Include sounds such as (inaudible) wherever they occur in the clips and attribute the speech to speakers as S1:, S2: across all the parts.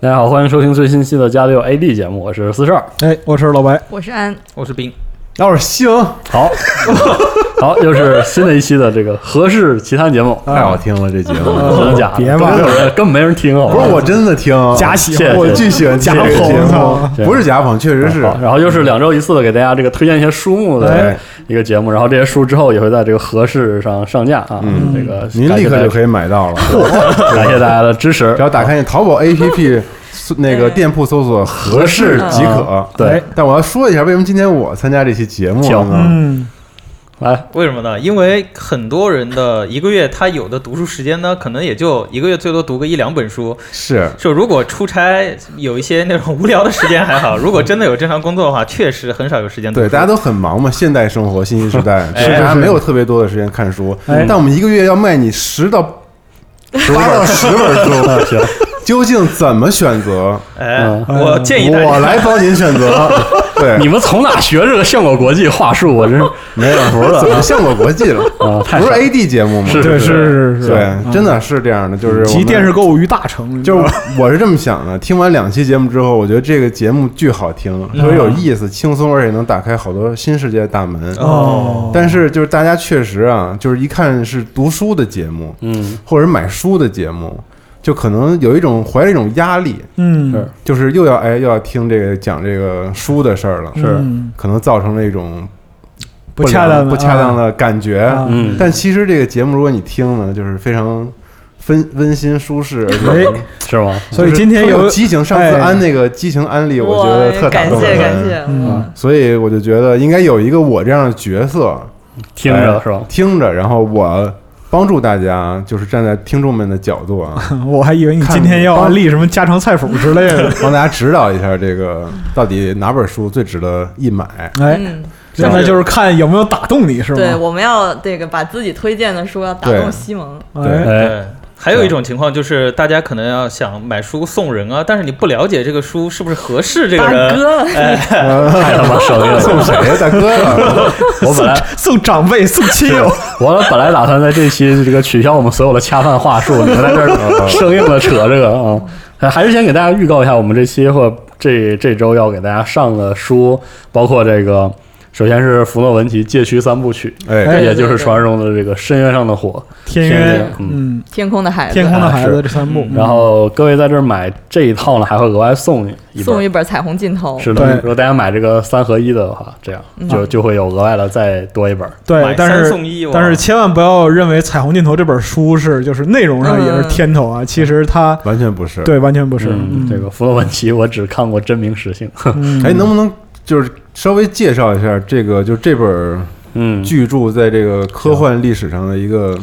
S1: 大家好，欢迎收听最新期的《加六 AD》节目，我是四十二。
S2: 哎，我是老白，
S3: 我是安，
S4: 我是冰，
S2: 那
S5: 哦
S2: 我是星，
S1: 好， (laughs) 好，又是新的一期的这个合适奇谈节目，
S5: 太好听了，这节目
S1: 真的假的？
S2: 别嘛
S1: 没有人，根本没人听，好吧
S5: (laughs) 不是我真的听，
S2: 假喜
S1: 谢谢
S2: 欢
S5: 我巨喜欢听这个节
S2: 假捧
S5: 目，不是假捧，确实是
S1: 好然后又是两周一次的给大家这个推荐一些书目的
S5: 哎
S1: 一个节目，然后这些书之后也会在这个合适上上架啊。
S5: 嗯
S1: 这个
S5: 您立刻就可以买到了。
S1: 以 (laughs) 感谢大家的支
S5: (laughs)
S1: 持
S5: 只。要打开淘宝 APP 搜那个
S3: 对
S5: 店铺搜索“合适”即可。哎
S1: 对，
S5: 但我要说一下，为什么今天我参加这期节目了呢？
S2: 嗯，
S1: 来，
S4: 为什么呢？因为很多人的一个月，他有的读书时间呢，可能也就一个月最多读个一两本书。
S5: 是
S4: 就如果出差有一些那种无聊的时间还好，如果真的有正常工作的话，确实很少有时间读
S5: 对，
S4: 书。
S5: 大家都很忙嘛，现代生活、信息时代，
S4: 哎
S5: 是大家没有特别多的时间看书。
S2: 哎
S5: 但我们一个月要卖你十到八到十本书，
S1: 嗯，行，
S5: 究竟怎么选择？
S4: 哎，
S1: 嗯
S4: 我建议大
S5: 我
S4: 家
S5: 来帮您选择。对，
S1: 你们从哪学这个效果国际话术？我真是
S5: 没有服了，怎么向我国际了？
S1: 啊，太
S5: 不是
S1: 傻
S5: AD 节目吗？
S1: 是
S2: 对，是是是，
S5: 对，真
S2: 的
S5: 的是这样的，就是我
S2: 集
S5: 们
S2: 电视购物于大成，啊
S5: 就是是我是这么想的。听完两期节目之后，我觉得这个节目巨好听，特别有意思，轻松，而且能打开好多新世界的大门。
S2: 哦，
S5: 但是就是大家确实啊，就是一看是读书的节目，
S1: 嗯，
S5: 或者是买书的节目，就可能有一种怀着一种压力，
S2: 嗯
S1: 是
S5: 就是又要哎又要听这个讲这个书的事儿了，
S1: 是
S2: 嗯
S5: 可能造成了一种
S2: 不恰当
S5: 良
S2: 的
S5: 不恰当
S2: 啊
S5: 的感觉。
S2: 啊
S1: 嗯，
S5: 但其实这个节目，如果你听呢，就是非常温温馨舒适，而且
S1: 是吗？
S2: 哎所以今天
S5: 就是特有
S2: 有
S5: 激情。上次
S2: 哎
S5: 安那个激情安利，我觉得特打
S3: 感
S5: 动
S3: 谢感
S5: 人。
S3: 谢，
S2: 嗯
S5: 所以我就觉得应该有一个我这样的角色，
S1: 听着
S5: 哎
S1: 是吧？
S5: 听着，然后我帮助大家，就是站在听众们的角度啊，
S2: (laughs) 我还以为你今天要安利什么家常菜谱之类的，
S5: 帮大家指导一下这个到底哪本书最值得一
S2: (laughs)
S5: 买。
S2: 哎，
S3: 嗯，
S2: 现在就是看有没有打动你，是
S3: 对，
S2: 吗？
S3: 我们要这个把自己推荐的书要打
S5: 对
S3: 动西蒙，
S2: 哎，
S1: 哎，
S4: 对，还有一种情况就是，大家可能要想买书送人啊，但是你不了解这个书是不是合适这个
S3: 大
S4: 人。
S3: 哥了，
S1: 太他妈生硬了！
S5: 呃 (laughs) 送谁呀，大哥啊呀？
S1: 我本来
S2: 送长辈，送亲友，
S1: 我本来打算在这期这个取消我们所有的恰饭话术，你们在这儿生硬的扯这个啊。还还是先给大家预告一下，我们这期或这这周要给大家上的书，包括这个，首先是弗诺文奇《戒区三部曲》，
S5: 哎，
S1: 也就是传说中的这个《深渊上的火
S2: 天
S1: 天
S2: 渊
S1: 渊，
S2: 嗯，
S3: (laughs) 天空的孩子，
S2: 天空的孩
S1: 哎
S2: 子
S1: 是
S2: 这三部，嗯》。
S1: 然后各位在这儿买这一套呢，还会额外送你一
S3: 送
S1: 本。
S3: 一本《彩虹尽头》，
S1: 是的，
S2: 对
S1: 如果大家买这个三合一的话，这样就就会有额外的再多一本。
S2: 对
S4: 买，
S2: 但
S4: 三
S2: 是
S4: 送一，哇
S2: 但是千万不要认为《彩虹尽头》这本书是就是内容上也是天头
S3: 嗯
S2: 啊，其实它
S5: 完全不是。
S2: 对完全不是
S1: 嗯，这个弗洛文奇我只看过真名实姓。
S5: 哎，
S2: 哎
S5: 能不能就是稍微介绍一下这个，就这本
S1: 嗯，
S5: 巨著在这个科幻历史上的一个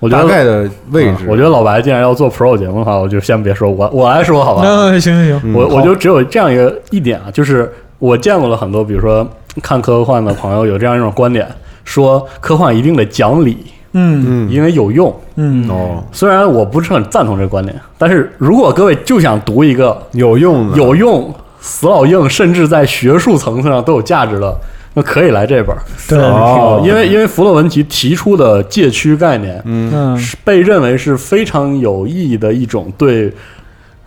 S1: 我觉
S5: 大
S1: 得
S5: 概的位置。
S1: 嗯我觉得老白既然要做 Pro 节目的话，我就先别说，我我来说好吧。
S2: 那 (laughs) 行行行，
S5: (laughs) 嗯
S1: 我
S5: 好
S1: 我就只有这样一个一点啊，就是我见过了很多，比如说看科幻的朋友有这样一种观点，说科幻一定得讲理，
S2: 嗯
S5: 嗯
S1: 因为有用。
S2: 嗯，
S5: 哦，
S1: 虽然我不是很赞同这个观点，但是如果各位就想读一个
S5: 有用的，
S1: 有用、死老硬，甚至在学术层次上都有价值的，那可以来这本儿。
S2: 对，
S5: 哦，
S1: 因为因为弗洛文奇提出的界区概念，
S5: 嗯
S2: 嗯
S1: 是被认为是非常有意义的一种对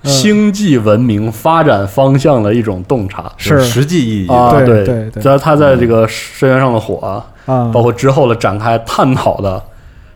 S2: 嗯
S1: 星际文明发展方向的一种洞察。
S5: 有
S2: 是
S5: 实际意义的
S1: 啊，
S2: 对
S1: 对
S2: 对嗯对
S1: 在他在这个深渊上的火啊，
S2: 啊，
S5: 哦
S1: 包括之后的展开探讨的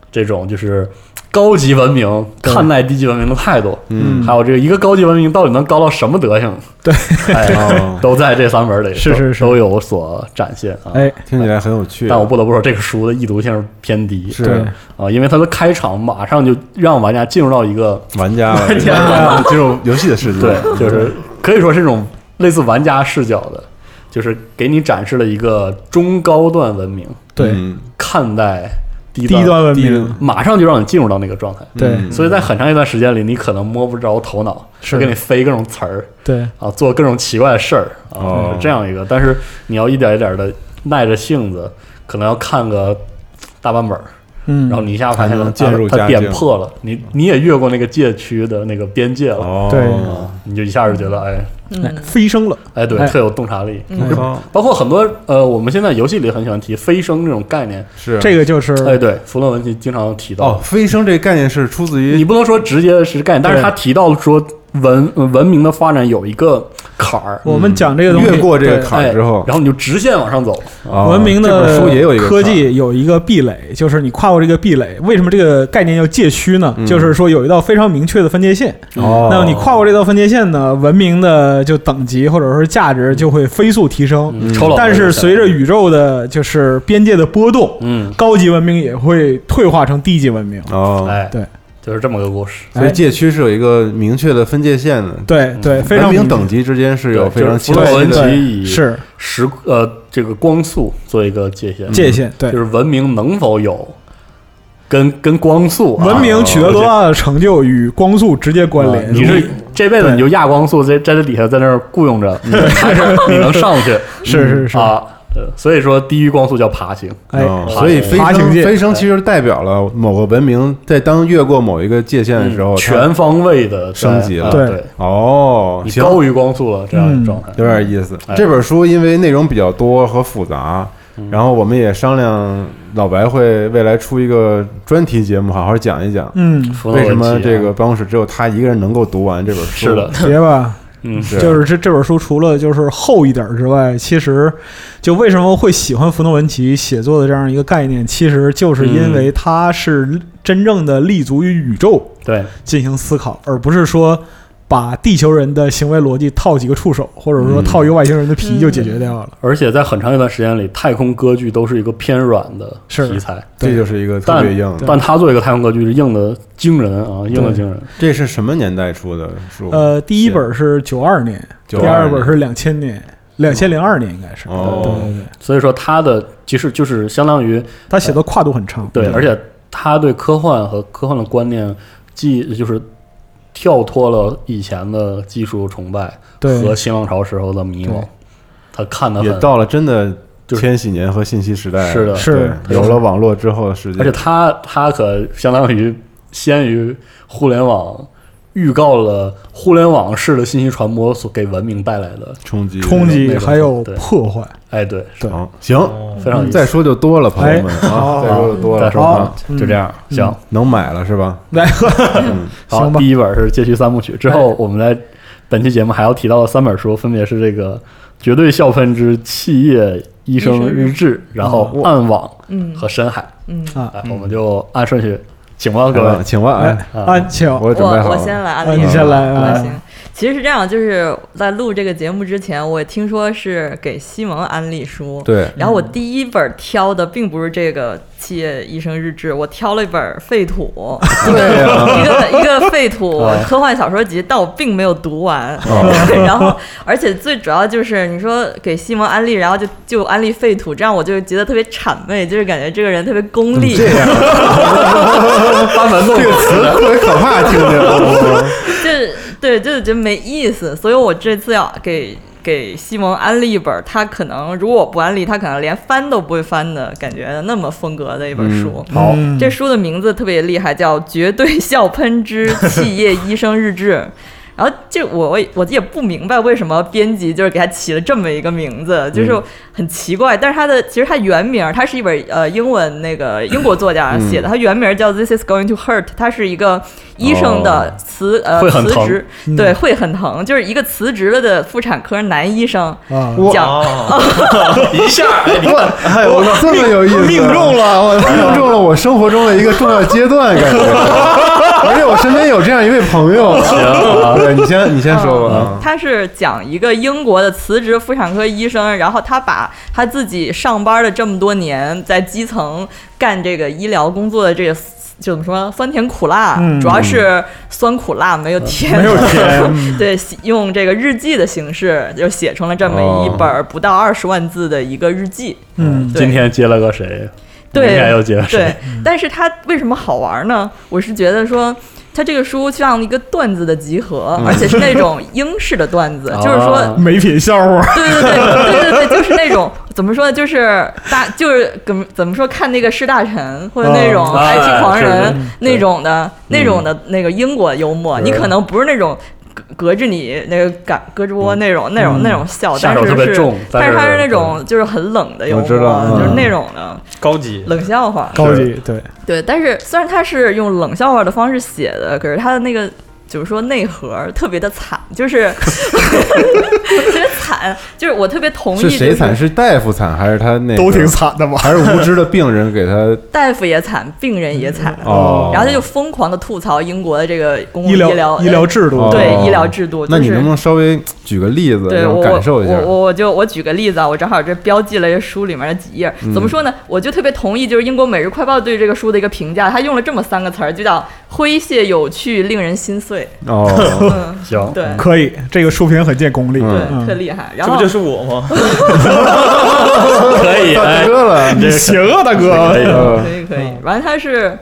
S1: 这种就是高级文明
S2: 对
S1: 看待低级文明的态度，
S5: 嗯
S1: 还有这个一个高级文明到底能高到什么德行，
S2: 对
S1: 哎，
S5: 哦，
S1: 都在这三本里
S2: 是
S1: 都
S2: 是是
S1: 都有所展现啊。
S2: 哎，
S5: 听起来很有趣。
S1: 但我不得不说，这个书的易读性是偏低，
S5: 是
S2: 对
S1: 啊，因为它的开场马上就让玩家进入到一个
S5: 玩家了，
S1: (laughs) 玩家
S5: 了，进入游戏的世界，
S1: 对，就是可以说是一种类似玩家视角的，就是给你展示了一个中高段文明
S2: 对，
S5: 嗯
S1: 看待低
S2: 低
S1: 端，
S2: 端文
S5: 低
S2: 明，
S1: 马上就让你进入到那个状态。
S2: 对
S5: 嗯
S1: 所以在很长一段时间里，你可能摸不着头脑，
S2: 是
S1: 给你飞各种词儿
S2: 对，
S1: 啊，做各种奇怪的事儿啊
S5: 哦，
S1: 是这样一个。但是你要一点一点的耐着性子，可能要看个大半本儿，
S2: 嗯，
S1: 然后你一下发现
S5: 才能进入
S1: 它它
S5: 佳
S1: 点
S5: 境
S1: 破了，你你也越过那个界区的那个边界了，
S5: 哦，
S2: 对
S1: 啊，你就一下就觉得哎，
S2: 哎
S3: 嗯，
S2: 飞升了，
S1: 哎，对
S2: 哎，
S1: 特有洞察力。
S3: 嗯
S5: 我靠
S1: 包括很多呃，我们现在游戏里很喜欢提飞升这种概念。
S5: 是
S2: 这个就是哦
S1: 哎，对，弗洛文奇经常提到。
S5: 哦，飞升这个概念是出自于
S1: 你不能说直接是概念，但是
S2: 对
S1: 他提到了说文文明的发展有一个坎儿，
S2: 我们讲这个东西，
S5: 越过这个
S2: 对
S5: 坎儿之后
S2: 哦
S1: 哎，然后你就直线往上走。
S5: 啊
S2: 文明
S5: 这
S2: 的
S5: 本书也有一个
S2: 科
S5: 坎儿，
S2: 技有一个壁垒，就是你跨过这个壁垒，为什么这个概念要界虚呢？
S5: 嗯
S2: 就是说有一道非常明确的分界线，
S5: 哦，
S2: 那么你跨过这道分界线呢，文明的就等级或者说是价值就会飞速提升。
S1: 嗯抽老
S2: 但是随着
S1: 雨，
S2: 宇宙的就是边界的波动，
S1: 嗯，
S2: 高级文明也会退化成低级文明。
S5: 哦，
S1: 哎，
S2: 嗯对，
S1: 就是这么个故事。
S5: 所以
S2: 哎
S5: 界区是有一个明确的分界线的，
S2: 对
S1: 嗯
S2: 对，非常
S5: 文
S2: 明
S5: 明等级之间是有非常
S1: 就是
S5: 清
S1: 弗洛
S5: 晰
S1: 文
S5: 的
S1: 集以
S2: 是
S1: 时呃这个光速做一个界限，
S2: 界限。对
S1: 嗯就，是文明能否有跟跟光速啊、
S2: 文明取得多大的成就与光速直接关
S1: 啊
S2: 联。
S1: 你是这辈子
S2: 对
S1: 你就亚光速在在这底下在那儿雇佣
S5: (laughs)
S1: 着，还是你能上去？
S2: 是 (laughs) 是是，
S1: 啊，对，所以说低于光速叫爬行。
S2: 哎，
S5: 哦所以飞
S2: 爬行
S5: 升
S2: 界
S5: 飞升其实代表了某个文明在当越过某一个界限
S2: 嗯
S5: 的时候，它
S1: 全方位的
S5: 升级了
S1: 对，啊
S2: 对嗯
S5: 哦，
S1: 你
S5: 行，
S1: 高于光速了这样的状态。
S5: 有点意思
S1: 哎。
S5: 这本书因为内容比较多和复杂，
S2: 嗯
S5: 然后我们也商量，老白会未来出一个专题节目，好好讲一讲
S2: 嗯，
S1: 弗洛
S5: 为
S1: 文集
S5: 什么
S1: 啊
S5: 这个办公室只有他一个人能够读完这本书。
S1: 是的，，
S2: 别吧。
S1: 嗯，
S5: 是
S2: 就是这这本书除了就是厚一点儿之外，其实就为什么会喜欢福诺文奇写作的这样一个概念，其实就是
S1: 嗯
S2: 因为它是真正的立足于宇宙
S1: 对，
S2: 进行思考，而不是说把地球人的行为逻辑套几个触手，或者
S1: 嗯
S2: 说套一个外星人的皮就解决掉了。
S1: 而且在很长一段时间里，太空歌剧都是一个偏软的
S2: 是
S1: 题材，
S5: 这就是一个特别硬的。
S1: 但他做一个太空歌剧是硬的惊人啊，硬的惊人。
S5: 这是什么年代出的书？
S1: 嗯
S2: 呃，第一本是九二年，第
S5: 92
S2: 二本是两千年，两千零二年应该是。
S5: 哦
S2: 对对对，
S1: 所以说他的其实就是相当于
S2: 他写的跨度很长。
S5: 嗯
S1: 对，而且他对科幻和科幻的观念，既就是跳脱了以前的技术崇拜
S2: 对
S1: 和新浪潮时候的迷茫
S2: 对，
S1: 他看得
S5: 也
S1: 很，
S5: 到了真的
S1: 就是
S5: 千禧年和信息时代，
S1: 是的
S2: 是
S5: 对有了网络之后的世界，
S1: 而且他他可相当于先于互联网。预告了互联网式的信息传播所给文明带来的，
S5: 冲击
S2: 冲击
S1: 那种
S2: 还有
S1: 对
S2: 破坏。
S1: 哎，对，
S2: 对
S5: 行行，
S4: 哦
S1: 非常有意思
S5: 嗯再说就多了，朋友们啊，
S2: 好
S5: 再说就多了，
S1: 再说
S5: 啊
S1: 啊，就这样，
S2: 嗯
S1: 行，
S5: 能买了是吧？
S2: 来，
S1: 好，
S2: 行吧
S1: 第一本是《街区三部曲》，之
S3: 哎
S1: 后我们在本期节目还要提到的三本书，分别是这个《绝对笑喷之企业医生日志》，然后《暗网》
S3: 嗯
S1: 和《深海》。
S3: 嗯，
S2: 啊
S1: 哎，我们就按顺序，请吧，各
S5: 啊
S1: 位。
S5: 请问，
S2: 来
S5: 哎，
S2: 安请
S5: 我也
S3: 我
S5: 准备好
S3: 我
S5: 了，
S3: 先来，
S2: 啊
S3: 安利
S2: 你先来
S3: 我
S2: 啊
S3: 行。其实是这样，就是在录这个节目之前，我听说是给西蒙安利书。
S5: 对，
S3: 然后我第一本挑的并不是这个《企业医生日志》，我挑了一本《废土》，
S5: (laughs)
S3: 一个
S5: 对啊
S3: 一个一个废
S5: (laughs)
S3: 土
S1: 啊
S3: 科幻小说集，但我并没有读完。
S5: 哦
S3: (laughs) 然后，而且最主要就是你说给西蒙安利，然后就就安利废土，这样我就觉得特别谄媚，就是感觉这个人特别功利。
S5: 嗯这样
S1: 班门弄
S5: 这个词特别可怕，听着。
S3: 就是对，就是觉得没意思，所以我这次要给给西蒙安利一本儿，他可能如果我不安利，他可能连翻都不会翻的感觉的那么风格的一本书。
S1: 好，
S2: 嗯
S3: 这书的名字特别厉害，叫《绝对笑喷之企业医生日志》。然后这我我我也不明白为什么编辑就是给他起了这么一个名字，就是很奇怪。但是他的其实他原名，他是一本呃英文那个英国作家写的，他原名叫《This Is Going to Hurt》，他是一个医生的辞、
S1: 会
S3: 呃
S1: 很
S3: 辞
S1: 疼
S3: 职，
S2: 嗯
S3: 对，会很疼，就是一个辞职了的妇产科男医生
S2: 啊，
S3: 讲
S4: 哦，
S1: 一下，哎你看，
S5: 哎呦，这么有意思，
S2: 命中
S5: 了，我命中了我生活中的一个重要阶段，感觉。而且我身边有这样一位朋友，行，对你先你先说吧。啊
S3: 他是讲一个英国的辞职妇产科医生，然后他把他自己上班的这么多年在基层干这个医疗工作的这个。就怎么说酸甜苦辣，
S2: 嗯
S3: 主要是酸苦辣，没有甜，
S2: 没有
S3: (laughs)
S2: 甜嗯
S3: 对，用这个日记的形式就写成了这么
S2: 哦
S3: 一本儿不到二十万字的一个日记。
S2: 嗯，
S3: 对
S1: 今天接了个谁？
S3: 对，
S1: 明天又 (laughs) 接了
S3: 对
S1: 谁？，
S3: 但是它为什么好玩呢？我是觉得说。它这个书像一个段子的集合，
S1: 嗯
S3: 而且是那种英式的段子，就是说
S1: 啊
S2: 没品笑话，
S3: 对对对对对对，就是那种怎么说呢，就是大就是怎么怎么说看那个是大臣或者那种
S1: 哦哎
S3: IT 狂
S1: 是
S3: 人
S1: 的嗯
S3: 那种的那种的那个英国幽默，
S1: 是
S3: 你可能不是那种。隔隔着你那个感隔着窝那种那种那种笑，
S1: 下
S3: 但
S1: 手嗯
S3: 是
S1: 特别
S3: 是
S1: 重但
S3: 但是
S1: 是
S3: 它是那种就是很冷的幽
S5: 我
S3: 默，
S5: 知道嗯
S3: 就是那种的 (laughs)
S4: 高级，
S3: 冷笑话。
S2: 高级对，
S3: 对，但是虽然他是用冷笑话的方式写的，可是他的那个就是说内核儿特别的惨，就是 (laughs) 特别惨，就是我特别同意、就是是，
S5: 谁惨？是大夫惨还是他那个
S2: 都挺惨的吧？
S5: (laughs) 还是无知的病
S2: (laughs)
S5: 人给他
S3: 大夫也惨，病人也惨，
S5: 哦？
S3: 然后他就疯狂的吐槽英国的这个公共
S2: 医
S3: 疗
S2: 疗
S3: 呃
S2: 医疗制度，
S5: 哦
S3: 对医疗制度，
S5: 那
S3: 就
S5: 你能
S3: 是
S5: 不能稍微举个例子，
S3: 对
S5: 让
S3: 我
S5: 我
S3: 我
S5: 感受一下？
S3: 我我就我举个例子啊，我正好这标记了这书里面的几页。
S5: 嗯
S3: 怎么说呢？我就特别同意，就是英国《每日快报》对这个书的一个评价，他用了这么三个词儿，就叫诙谐、有趣、令人心碎。
S2: (laughs)
S5: 哦，
S3: 嗯，
S1: 行，
S3: 对。
S2: 可以，这个书评很见功力。
S5: 嗯
S3: 对，特厉害。然
S4: 这
S3: 后
S4: 不就是我吗？
S1: 可以，
S5: 大
S1: 哎
S5: 哥了，
S2: 你行啊，大哥
S1: 可，以
S5: 呃
S3: 可
S4: 嗯
S3: 以可以，完了他是，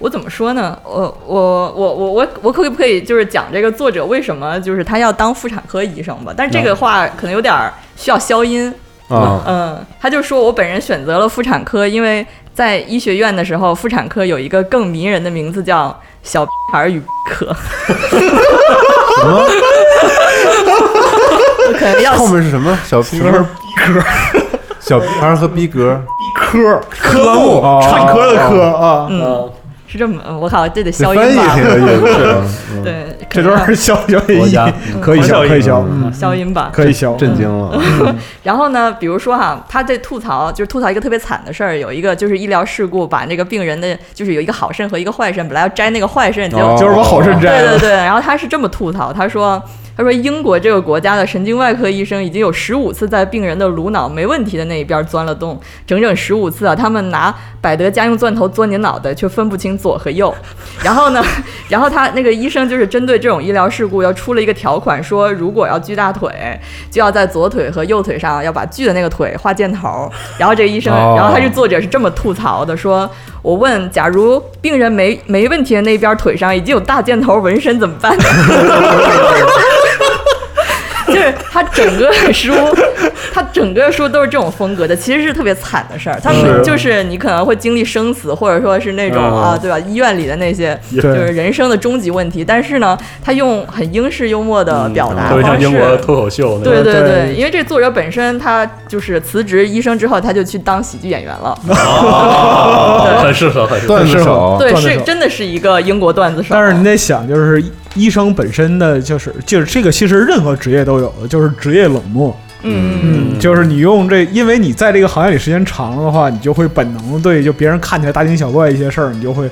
S3: 我怎么说呢？我我我我我我可不可以就是讲这个作者为什么就是他要当妇产科医生吧？但是这
S5: 嗯
S3: 个话可能有点儿需要消音。
S5: 啊，
S3: 嗯，他就说我本人选择了妇产科，因为在医学院的时候，妇产科有一个更迷人的名字叫小孩儿与科。
S5: 什么？
S3: 我 (laughs) 可能要
S5: 后面是什么？小什么小孩儿和逼格，
S2: 科科目
S5: 哦
S2: 产科的科啊，
S3: 嗯，是这么，嗯我靠，这得
S5: 这
S3: 消
S5: 哦翻
S3: 音
S5: 译
S3: 吧
S5: 挺？有意
S3: (laughs)
S5: 思的，嗯
S3: 对，
S2: 这
S3: 可能
S2: 段
S3: 要
S2: 儿消消
S1: 国
S2: 音
S1: 家，
S2: 可以消，可以消，
S5: 嗯
S2: 嗯
S3: 消音吧。
S2: 可以嗯消。
S5: 震惊了。
S3: 然后呢，比如说哈，他这吐槽就是吐槽一个特别惨的事儿，有一个就是医疗事故把那个病人的就是有一个好肾和一个坏肾，本来要摘那个坏肾，结果、
S5: 哦
S2: 就是把好事
S3: 对
S2: 摘
S3: 对
S2: 了，
S3: 对，然后他是这么吐槽，他说他说英国这个国家的神经外科医生已经有十五次在病人的颅脑没问题的那一边钻了洞，整整十五次啊，他们拿百德家用钻头钻你脑袋，却分不清左和右。然后呢， (laughs) 然后他那个医生就是针对这种医疗事故要出了一个条款，说如果要锯大腿，就要在左腿和右腿上要把锯的那个腿画箭头。然后这个医生，
S5: 哦
S3: 然后他是作者是这么吐槽的，说我问，假如病人没没问题的那边腿上已经有大箭头纹身怎么办？ (laughs) 就是他整个书，他整个书都是这种风格的，其实是特别惨的事儿。他
S1: 是
S3: 们就是你可能会经历生死，或者说是那种
S1: 嗯
S3: 啊，对吧？医院里的那些就是人生的终极问题。但是呢，他用很英式幽默 (laughs) 的表达
S1: 特别像
S3: 方式。
S1: 英国脱口秀那
S3: 对
S1: 种，
S3: 对
S2: 对
S3: 对，因为这作者本身他就是辞职医生之后，他就去当喜剧演员了。
S1: 啊很适合，很适合。
S5: 段子手，
S3: 对，
S2: 段子
S3: 是
S2: 手
S3: 真的是一个英国段子手。
S2: 但是你得想，就是医生本身的，就是就是这个，其实任何职业都有的，就是职业冷漠。
S3: 嗯，
S1: 嗯
S2: 就是你用这，因为你在这个行业里时间长了的话，你就会本能地对就别人看起来大惊小怪一些事儿，你就会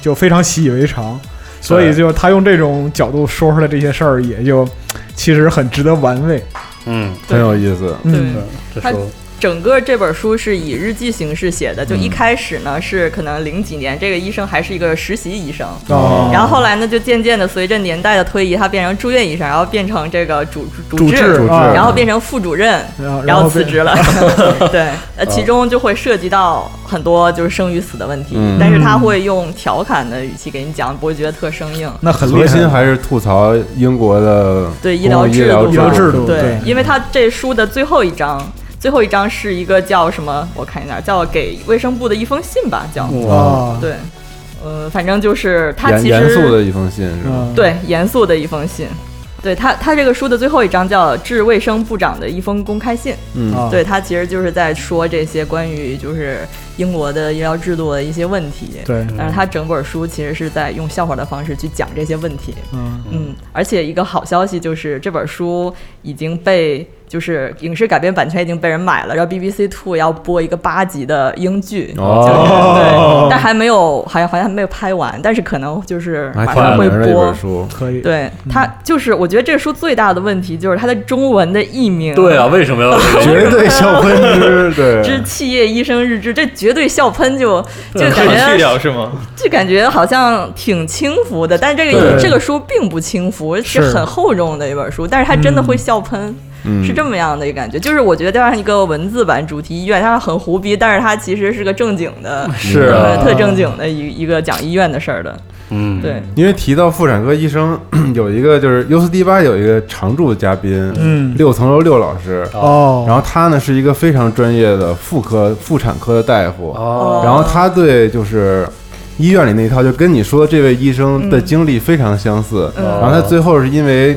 S2: 就非常习以为常。所以就他用这种角度说出来这些事儿，也就其实很值得玩味。
S1: 嗯，
S5: 很有意思。
S3: 对。
S2: 嗯，
S1: 这
S3: 他
S1: 说
S3: 整个这本书是以日记形式写的，就一开始呢是可能零几年，这个医生还是一个实习医生，
S2: 哦
S3: 然后后来呢就渐渐的随着年代的推移，他变成住院医生，然后变成这个主主
S2: 主
S3: 治，
S2: 治
S5: 主治
S2: 啊
S3: 然后变成副主任，
S2: 然后
S3: 然
S2: 后
S3: 后辞
S2: 被
S3: 职了。 (laughs) 对，呃，
S5: 嗯
S3: 其中就会涉及到很多就是生与死的问题，
S5: 嗯
S3: 但是他会用调侃的语气给你讲，不会觉得特生硬。
S2: 那很
S5: 核
S2: 厉害
S5: 心。还是吐槽英国的
S3: 对
S5: 公
S3: 疗
S5: 共
S3: 制
S5: 疗
S3: 度吧，
S2: 医疗制
S5: 嗯
S2: 度
S3: 对
S2: 对，
S3: 因为他这书的最后一章，最后一章是一个叫什么？我看一下，叫给卫生部的一封信吧，叫、
S1: 嗯
S5: 哇，
S2: 啊，
S3: 对，呃，反正就是他
S5: 严
S3: 其实
S5: 嗯严肃的一封信是吧？
S2: 嗯，
S3: 对严肃的一封信。对他，他这个书的最后一章叫《致卫生部长的一封公开信》。
S5: 嗯，
S2: 啊，
S3: 对他其实就是在说这些关于就是英国的医疗制度的一些问题。
S2: 对，
S3: 但是他整本书其实是在用笑话的方式去讲这些问题。
S2: 嗯，
S3: 嗯，而且一个好消息就是这本书已经被就是影视改编版权已经被人买了，然后 BBC Two 要播一个八集的英剧，
S5: 哦
S3: 对，但还没有，还好像还没有拍完，但是可能就是
S5: 还
S3: 马
S5: 挺
S3: 上
S5: 有
S3: 会
S5: 名的一
S3: 播
S5: 本。书，
S2: 可以。
S3: 对它就是，我觉得这个书最大的问题就是它的中文的译名，
S1: 对啊，，为什么要
S3: (laughs)
S1: 有 (laughs) 这个？
S5: 绝对笑喷汁，
S3: 之
S5: 对，
S3: 气液医生日志，这绝对笑喷就就感
S4: (laughs) 去
S3: 觉
S4: 掉是吗？
S3: 就感觉好像挺轻浮的，但这个
S2: 对
S3: 这个书并不轻浮，
S2: 是
S3: 是很厚重的一本书，但是它真的会笑喷，
S5: 嗯
S3: 是这么样的一个感觉。就是我觉得它是一个文字版主题医院，它很胡逼，但是它其实是个正经的，
S1: 是
S3: 呃
S1: 啊，
S3: 特正经的一一个讲医院的事儿的。
S1: 嗯，
S3: 对，
S5: 因为提到妇产科医生， (clears throat) 有一个就是优斯迪巴有一个常驻嘉宾，
S2: 嗯
S5: 六层楼六老师，
S2: 哦，
S5: 然后他呢是一个非常专业的妇科妇产科的大夫，
S1: 哦，
S5: 然后他对就是医院里那一套，就跟你说这位医生的经历非常相似。
S3: 嗯
S1: 哦
S5: 然后他最后是因为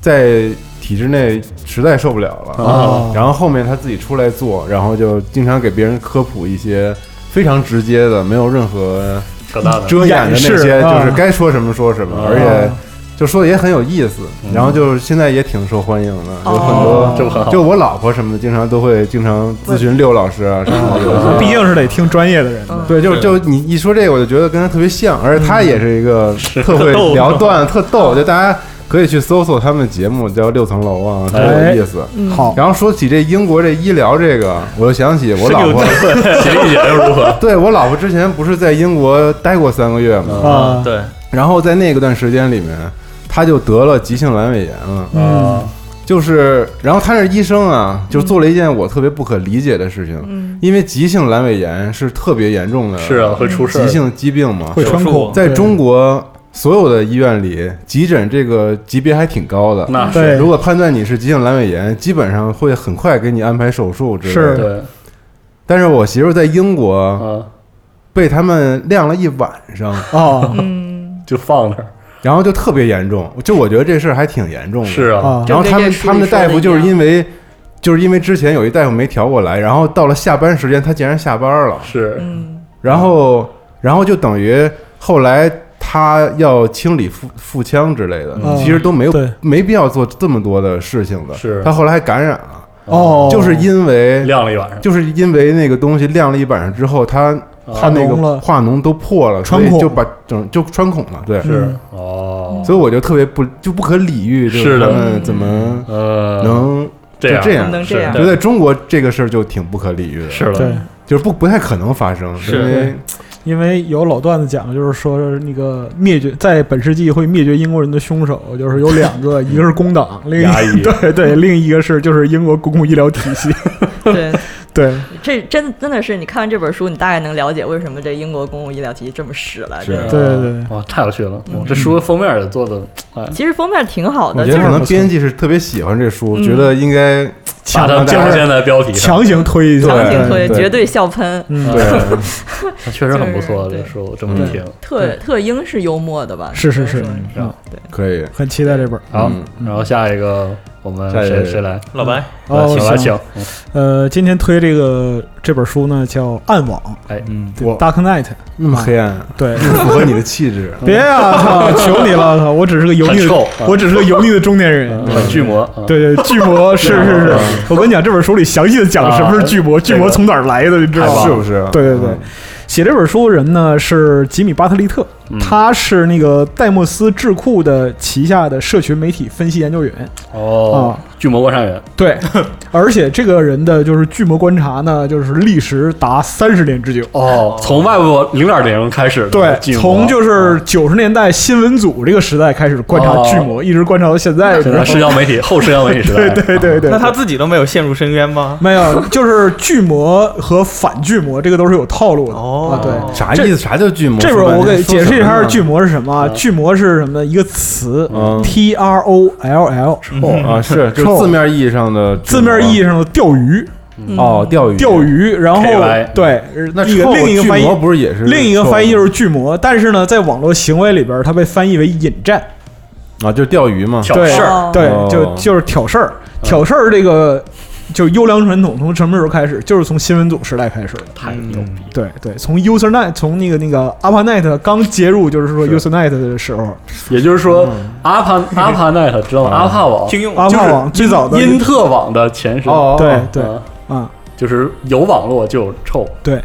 S5: 在体制内实在受不了了，啊
S2: 哦
S5: 然后后面他自己出来做，然后就经常给别人科普一些非常直接的，没有任何
S1: 扯淡的，
S5: 遮掩的那
S2: 掩饰
S5: 些，
S2: 啊
S5: 就是该说什么说什么，
S1: 啊
S5: 而且就说的也很有意思，然后就是现在也挺受欢迎的，有很
S1: 哦
S5: 多，
S1: 这不很好
S5: 就我老婆什么的，经常都会经常咨询六老师啊什么的。
S2: 哦 (laughs) 毕竟是得听专业的人的。
S5: 对，就是就你一说这个，我就觉得跟他特别像，而且他也是一个特会聊段、特逗，就大家可以去搜搜他们的节目，叫《六层楼》啊，特
S2: 哎
S5: 有意思。
S3: 嗯
S2: 好，
S5: 然后说起这英国这医疗这个，我就想起我老婆，
S1: 起立姐又如何？ (laughs)
S5: 对我老婆之前不是在英国待过三个月吗？
S2: 啊，
S4: 对，
S5: 然后在那个段时间里面，她就得了急性阑尾炎了。
S2: 嗯，
S5: 就是，然后他是医生啊，就做了一件我特别不可理解的事情，因为急性阑尾炎是特别严重的，
S1: 是啊，会出事儿
S5: 嗯急。性疾病嘛，
S2: 会穿孔，
S5: 在中国所有的医院里，急诊这个级别还挺高的。
S1: 那
S2: 对
S5: 如果判断你是急性阑尾炎，基本上会很快给你安排手术之类
S2: 是
S5: 的。
S1: 对，
S5: 但是我媳妇在英国
S1: 嗯，
S5: 被他们晾了一晚上，
S2: 啊
S3: 嗯，
S1: 就放那儿。
S5: 然后就特别严重，就我觉得这事儿还挺严重的。
S1: 是啊，
S2: 啊，
S5: 然后他
S3: 就跟这
S5: 们
S3: 书里
S5: 他们的大夫就是
S3: 说的一样
S5: 因为就是因为之前有一大夫没调过来，然后到了下班时间他竟然下班了，
S1: 是，
S3: 嗯，
S5: 然后然后就等于后来他要清理腹腹腔之类的
S2: 嗯，
S5: 其实都没有
S2: 对
S5: 没必要做这么多的事情的。
S1: 是
S5: 他后来还感染了，
S2: 哦，
S5: 就是因为
S1: 晾了一晚上。
S5: 就是因为那个东西晾了一晚上之后，它它那
S2: 化脓了
S5: 个化脓都破了，
S2: 穿
S5: 所以
S2: 孔
S5: 就把整就穿孔了，对。
S1: 是
S2: 嗯
S1: 哦，
S5: 所以我就特别不就不可理喻，就是
S1: 的
S5: 他们怎么
S1: 呃，
S5: 能
S1: 这
S5: 就
S1: 样
S5: 这样？
S3: 能
S1: 是
S3: 这样
S5: 就在中国这个事儿就挺不可理喻的，
S1: 是
S2: 对
S1: 了，，
S5: 就是不不太可能发生，
S4: 是
S5: 因为
S2: 因为有老段子讲，就是说那个灭绝在本世纪会灭绝英国人的凶手，就是有
S1: (laughs)
S2: 两个，一个是工党，另
S1: 压
S2: 一
S1: 抑
S2: 对对，另一个是就是英国公共医疗体
S1: (laughs)
S2: 系，
S3: 对，
S2: 对，
S3: 这真真的是你看完这本书，你大概能了解为什么这英国公共医疗体系这么屎了。
S5: 是
S3: 真的
S2: 对对
S1: 嗯哇，太有趣了！哇这书的封面也做的，哎，
S3: 其实封面挺好
S5: 我
S3: 的，
S5: 觉
S3: 就
S2: 哎
S5: 得可
S3: 是
S5: 能编辑是特别喜欢这
S2: 嗯
S5: 书，觉得应该
S1: 把它
S2: 强
S1: 精神现在标题上，
S2: 强行推一下，
S3: 强行
S2: 对
S3: 推，
S5: 对
S3: 绝对笑喷。
S2: 嗯，
S5: 对， (laughs)
S1: 它确实很不错。
S3: 就
S1: 这
S3: 是
S1: 书这么一听，
S3: 特特英是幽默的吧？
S2: 是是是嗯
S3: 应该
S1: 是吧
S5: 可以。
S2: 很期待这本。
S1: 好
S5: 嗯，
S1: 然后下一个我们
S5: 下一
S1: 谁
S5: 个
S1: 谁来？
S4: 老白，
S1: 啊
S2: 哦，
S1: 请来
S2: 行
S1: 请。嗯
S2: 呃，今天推这个这本书呢，叫《暗网
S1: 哎
S5: 嗯，》我
S2: （Dark Knight）。
S5: 那么黑 (laughs) 暗，
S2: 对， (laughs)
S5: 符合你的气质。
S2: 别呀、操求你了，操！我只是个油
S1: 很
S2: 腻的
S1: 臭，
S2: 我只是个油腻的中年人。
S1: 很巨魔，啊
S2: (laughs) 对对，巨魔是是是，我跟你讲，这本书里详细的讲了什么是巨魔，巨魔从哪儿来的，你知道
S5: 是
S2: 吗？
S5: 不是？嗯
S2: 对对对，写这本书的人呢是吉米·巴特利特，
S1: 嗯
S2: 他是那个戴莫斯智库的旗下的社群媒体分析研究员。
S1: 哦，
S2: 啊
S1: 巨魔观察员，
S2: 对， (laughs) 而且这个人的就是巨魔观察呢，就是历时达三十年之久。
S1: 哦，从外部零点零开始的啊
S2: 对，
S1: 巨魔，
S2: 从就是九十年代新闻组这个时代开始观察巨魔，一直观察到现在。
S1: 现在社交媒
S2: (laughs)
S1: 体后社交媒体时代，
S2: 对对对对，
S4: 那他自己都没有陷入深渊
S5: (laughs)
S4: 吗？
S2: 没有，就是巨魔和反巨魔，这个都是有套路的。啊，
S4: 哦
S2: 对，
S5: 啥意思？啥叫巨魔？
S2: 这会儿我给解释一下巨
S5: 魔
S2: 魔是什么啊。
S1: 嗯
S2: 巨魔是什么呢？一个词
S5: 嗯
S2: ，T R O L L，
S5: 啊，是就
S2: 臭
S5: 字面意义上的
S2: 嗯字面意义上的钓鱼，
S5: 义
S3: 嗯
S5: 哦，钓鱼
S2: 钓。鱼。然后
S1: KY
S2: 对，
S5: 那
S2: 一个
S5: 臭
S2: 另一个
S5: 巨
S2: 翻译
S5: 魔，不是也是
S2: 另一个翻译就
S5: 臭
S2: 是巨魔，但是呢，在网络行为里边，它被翻译为引战。
S5: 啊，就是钓鱼嘛。
S1: 挑
S2: 对
S1: 事儿，
S3: 哦
S2: 对，
S5: 哦
S2: 就就是挑事儿，挑事儿这个就是优良传统，从什么时候开始？就是从新闻组时代开始的。
S1: 太牛逼了，
S2: 对对，从 Usernet 从那个那个 ARPANET 刚接入，就是说
S1: 是
S2: Usernet 的时候，
S1: 也就是说，
S2: 嗯
S1: 阿帕阿帕奈特知道吗？阿帕网。
S4: 军用啊
S2: 阿
S1: 就是
S2: 帕网嗯最早的
S1: 因特网的前身，
S5: 哦，
S2: 对对
S1: 啊
S2: 啊，
S1: 就是有网络就有臭，
S2: 对。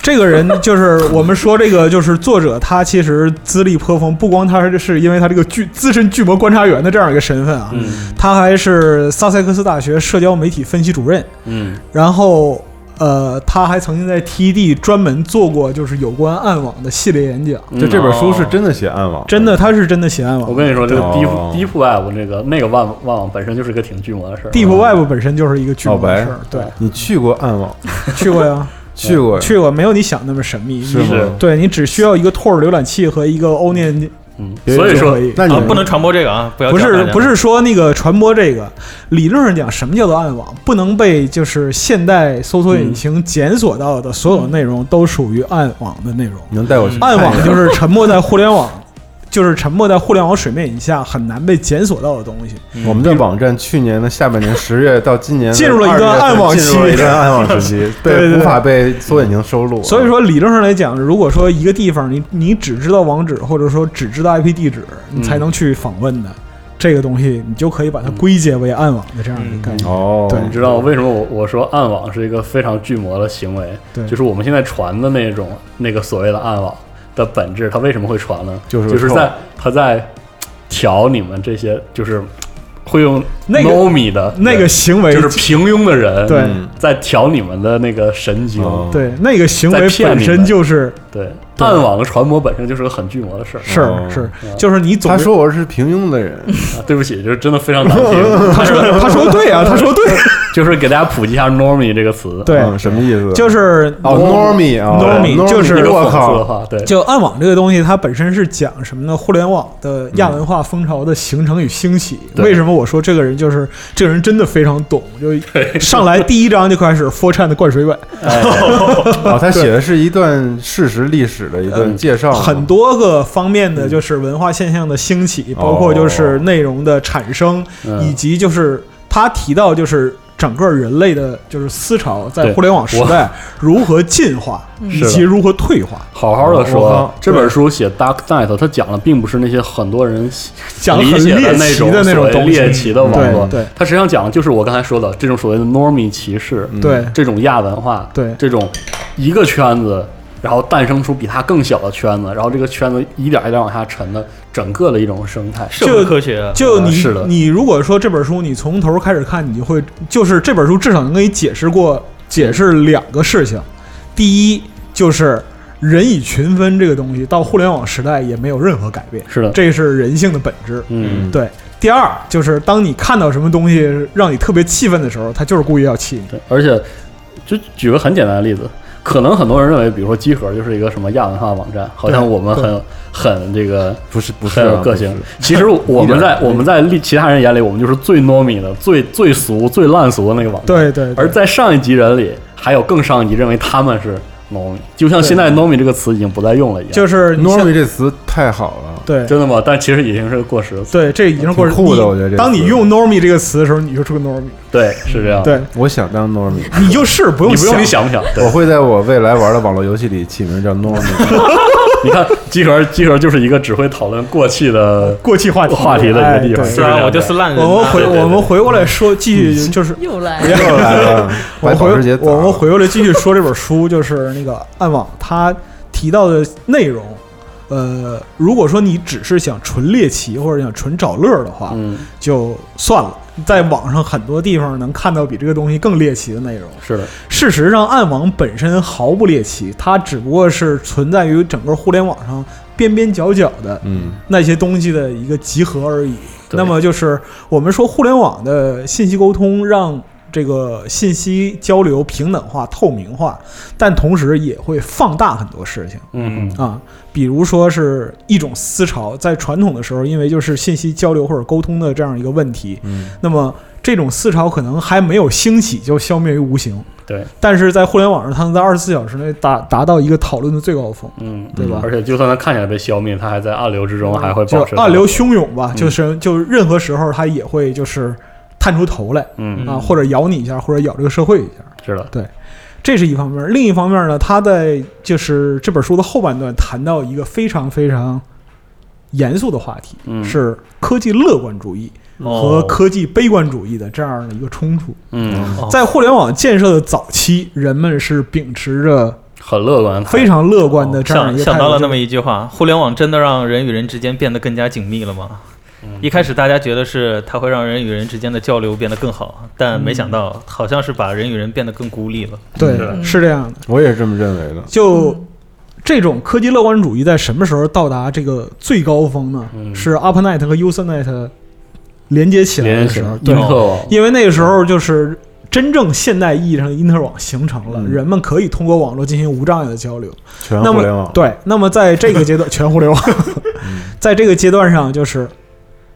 S2: 这个人就是我们说这个就是作者，他其实资历颇丰，不光他是因为他这个巨资深巨魔观察员的这样一个身份啊，
S1: 嗯
S2: 他还是萨塞克斯大学社交媒体分析主任，
S1: 嗯，
S2: 然后呃，他还曾经在 TED 专门做过就是有关暗网的系列演讲。
S5: 就这本书
S1: 哦
S5: 是真的写暗网，
S2: 真的，他是真的写暗
S1: 啊我
S2: 网。
S1: 跟你说，这个
S5: 哦
S1: Deep Deep Web 那个那个万万网本身就是个挺巨魔的事儿。
S2: Deep Web 本身就是一个巨
S5: 老
S2: 魔的
S5: 白
S2: 事儿，对， (laughs)
S5: 你去过暗网？
S2: 去过呀，
S5: 去过，
S2: 去过，没有你想那么神秘。
S5: 是
S2: 你
S5: 吗？
S2: 对你只需要一个 Tor 浏览器和一个欧念，
S1: 嗯，所以
S2: 就
S1: 说
S2: 可以
S5: 那你
S4: 啊
S5: 们，
S4: 不能传播这个啊！不要
S2: 嗯不
S4: 讲
S2: 是
S4: 大家
S2: 不是说那个传播这个，理论上讲，什么叫做暗网？不能被就是现代搜索引擎检索到的所有内容都属于暗网的内容。
S4: 嗯
S5: 能带我去
S2: 暗
S5: 看一
S4: 哎
S2: 网
S5: 下
S2: 就是沉没在互联网 (laughs) 就是沉没在互联网水面以下很难被检索到的东西。
S1: 嗯
S5: 我们的网站去年的下半年十月到今年的
S2: 进入了一段
S5: 2月份
S2: 暗网期
S5: 进入了一段暗网
S2: (laughs)
S5: 时期，
S2: 对对对
S5: 无法被搜眼睛收录。
S2: 所以，说，理论上来讲，如果说一个地方你你只知道网址，或者说只知道 IP 地址，你才能去访问
S1: 嗯
S2: 的、这个东西，你就可以把它归结为暗网的这样一个概念。
S5: 哦，
S2: 对
S1: 你知道为什么我我说暗网是一个非常巨魔的行为？
S2: 对
S1: 就是我们现在传的那种那个所谓的暗网的本质，它为什么会传呢？
S5: 就是
S1: 就是
S5: 臭
S1: 在它在调你们这些就是会用
S2: 那个
S1: no 米的
S2: 那个行为
S1: 嗯就是平庸的人，
S2: 对
S5: 嗯
S1: 在调你们的那个神经。
S5: 哦
S2: 对那个行为
S1: 在骗你
S2: 本
S1: 们
S2: 身就是
S1: 对，暗网的传播本身就是个很巨魔的
S2: (laughs)
S1: 事儿。
S2: 是
S5: 哦
S2: 是
S1: 嗯，
S2: 就是你总
S5: 他说我是平庸的人，
S1: 啊对不起，就是真的非常难听。他
S2: (laughs)
S1: 说
S2: 他说对啊，他说对，
S1: (laughs) 就是给大家普及一下 normie 这个词。
S2: 对
S5: 嗯什么意思？
S2: 就是
S5: 哦，normie 啊
S2: normie，就是
S1: 如果
S5: 我
S1: 讽刺的
S5: 靠，
S1: 话，对，
S2: 就暗网这个东西，它本身是讲什么呢？互联网的亚文化风潮的形成与兴起。
S1: 嗯对
S2: 为什么我说这个人就是这个人真的非常懂？就上来第一章就开始 f o r c h a n 的灌水版，
S5: 哦，他写的是一段事实历史的一段介
S1: 哦
S5: 绍，
S2: 嗯很多个方面
S1: 嗯
S2: 的就是文化现象的兴起，包括就是内容的产生，
S1: 哦嗯
S2: 以及就是他提到就是整个人类的就是思潮在
S1: 对
S2: 互联网时代如何进化以
S1: 是
S2: 及
S1: 的
S2: 如何退化，
S1: 好好的
S5: 我
S1: 说
S5: 靠，
S1: 这本书写 Dark Knight，它讲的并不是那些很多人
S2: 讲得
S1: 理
S2: 很
S1: 解的
S2: 猎
S1: 那
S2: 奇
S1: 种
S2: 的
S1: 所
S2: 那种
S1: 谓
S2: 东西。
S1: 猎奇的网络
S2: 对，对
S1: 它实际上讲的就是我刚才说的这种所谓的 normie 歧视，
S5: 嗯
S2: 对
S1: 这种亚文化，
S2: 对
S1: 这种一个圈子。然后诞生出比它更小的圈子，然后这个圈子一点一点往下沉的整个的一种生态。
S4: 社会科学啊，
S2: 就你、
S1: 呃是的
S2: 你如果说这本书你从头开始看，你就会就是这本书至少能给你解释过解释两个事情，第一就是人以群分这个东西到互联网时代也没有任何改变，
S1: 是的，
S2: 这是人性的本质。
S1: 嗯，
S2: 对，第二就是当你看到什么东西让你特别气愤的时候，他就是故意要气你。
S1: 对，而且就举个很简单的例子，可能很多人认为，比如说集合就是一个什么亚文化网站，好像我们很很这个
S5: 不是不是
S1: 很有
S5: 啊
S1: 个性。其实我们在我们在历其他人眼里，我们就是最 normy 的、最最俗、最烂俗的那个网站。
S2: 对对对
S1: 而在上一级人里，还有更上一级认为他们是 normy，就像现在 normy 这个词已经不再用了一样。
S2: 就是你像
S5: normie 这词太好了，
S2: 对
S1: 真的吗？但其实已经是过时了。
S2: 对，这已经是过
S5: 挺酷的
S2: 你
S5: 我觉得这
S2: 当你
S5: 词
S2: 用 “normie” 这个词的时候，你就是个 normie。
S1: 对，是这样。，
S2: 对，
S5: 我想当 normie。
S2: 你就是不用
S1: 你不用你想不想？对
S5: 我，会在我未来玩的网络游戏里起名叫
S2: (laughs)
S5: Normie，
S1: 你看集合集合就是一个只会讨论过气的
S2: 过气话题
S1: 话题的一个地方
S2: 哎对
S4: 是啊，我就是烂人啊。
S2: 我们回
S4: 对对对
S2: 我们回过来说，继续就是
S3: 又来
S2: 了
S5: 又来了，
S2: 我
S5: 把
S2: 们
S5: 保时捷
S2: 回
S5: 砸了
S2: 我们回过来继续说这本书， (laughs) 就是那个暗网它提到的内容。呃，如果说你只是想纯猎奇或者想纯找乐儿的话，
S1: 嗯，
S2: 就算了。在网上很多地方能看到比这个东西更猎奇的内容。
S1: 是的，
S2: 事实上，暗网本身毫不猎奇，它只不过是存在于整个互联网上边边角角的
S5: 嗯，
S2: 那些东西的一个集合而已。
S1: 对
S2: 那么就是我们说互联网的信息沟通让这个信息交流平等化、透明化，但同时也会放大很多事情
S1: 嗯，
S2: 啊，比如说是一种思潮，在传统的时候，因为就是信息交流或者沟通的这样一个问题，
S5: 嗯
S2: 那么这种思潮可能还没有兴起就消灭于无形。
S1: 对，
S2: 但是在互联网上，它能在二十四小时内达达到一个讨论的最高峰。
S1: 嗯，
S2: 对吧
S1: 而且就算它看起来被消灭，它还在暗流之中，还会
S2: 就
S1: 保持嗯
S2: 暗流汹涌吧，就是就是任何时候它也会就是探出头来
S1: 嗯，
S2: 啊，
S4: 嗯
S2: 或者咬你一下，或者咬这个社会一下，
S1: 是的，
S2: 这是一方面。另一方面呢，他在就是这本书的后半段谈到一个非常非常严肃的话题，
S1: 嗯，
S2: 是科技乐观主义
S4: 哦
S2: 和科技悲观主义的这样的一个冲突。
S1: 嗯，
S4: 哦
S2: 在互联网建设的早期，人们是秉持着
S1: 很乐观，
S2: 非常乐观的这样
S4: 想
S2: 一个
S4: 想
S2: 态度
S4: 到了
S2: 就
S4: 那么一句话：互联网真的让人与人之间变得更加紧密了吗？
S1: 嗯
S4: 一开始大家觉得是它会让人与人之间的交流变得更好，但
S2: 嗯
S4: 没想到好像是把人与人变得更孤立了。
S2: 对，
S1: 嗯
S2: 是这样的。
S5: 我也是这么认为的。
S2: 就
S3: 嗯
S2: 这种科技乐观主义在什么时候到达这个最高峰呢？
S1: 嗯
S2: 是 AppNet 和 UserNet 连接起来
S1: 连
S2: 的
S1: 起
S2: 时
S1: 来
S2: 候，
S1: 因
S2: 对，
S1: 特网，
S2: 因为那个时候就是真正现代意义上的因特网形成了，
S5: 嗯
S2: 人们可以通过网络进行无障碍的交流。
S5: 全
S2: 那
S5: 互联
S2: 么
S5: 网，
S2: 对，那么在这个阶段，全互联网， (laughs) 在这个阶段上，就是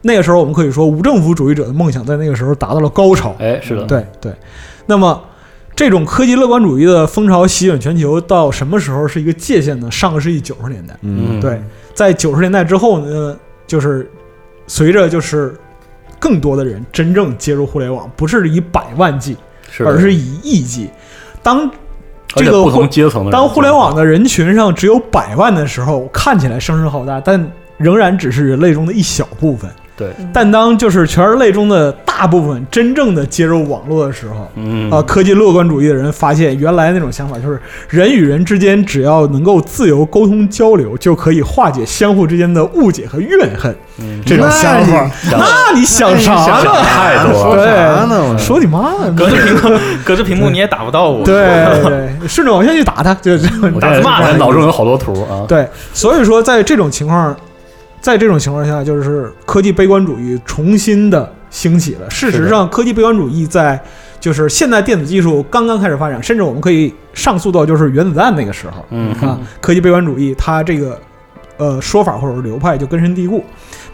S2: 那个时候我们
S1: 哎
S2: 可以说无政府主义者的梦想在那个时候达到了高潮。
S1: 哎，是的，
S2: 对对，那么。这种科技乐观主义的风潮席卷全球，到什么时候是一个界限呢？上个世纪九十年代，
S5: 嗯
S2: 对，在九十年代之后呢，就是随着就是更多的人真正接入互联网，不是以百万计，
S1: 是
S2: 而是以亿计。当
S1: 而
S2: 这
S1: 且
S2: 个
S1: 不
S2: 互
S1: 同阶层的人
S2: 当互联网的人群上只有百万的时候，看起来声势浩大，但仍然只是人类中的一小部分。
S1: 对，
S3: 嗯
S2: 但当就是全人类中的大部分真正的接入网络的时候，
S1: 嗯
S2: 啊，科技乐观主义的人发现，原来那种想法就是人与人之间只要能够自由沟通交流，就可以化解相互之间的误解和怨恨。
S1: 嗯
S2: 这种想法，
S1: 那哎你
S2: 那你想啥
S5: 想
S2: 呢？
S1: 太多
S5: 说
S1: 了，
S5: 啥呢？我
S2: 说你妈呢！
S4: 隔着屏
S2: (laughs)
S4: 幕，隔着屏幕你也打不到我。
S2: 嗯对，对，顺着往下去打他，就就
S1: 我
S4: 打
S1: 现在
S4: 字骂人
S1: 脑中有好多图啊，
S2: 对，所以说在这种情况，在这种情况下，就是科技悲观主义重新的兴起了。事
S1: 是
S2: 实
S1: 的
S2: 上，科技悲观主义在就是现代电子技术刚刚开始发展，甚至我们可以上溯到就是原子弹那个时候
S1: 嗯
S2: 啊，科技悲观主义它这个呃说法或者是流派就根深蒂固。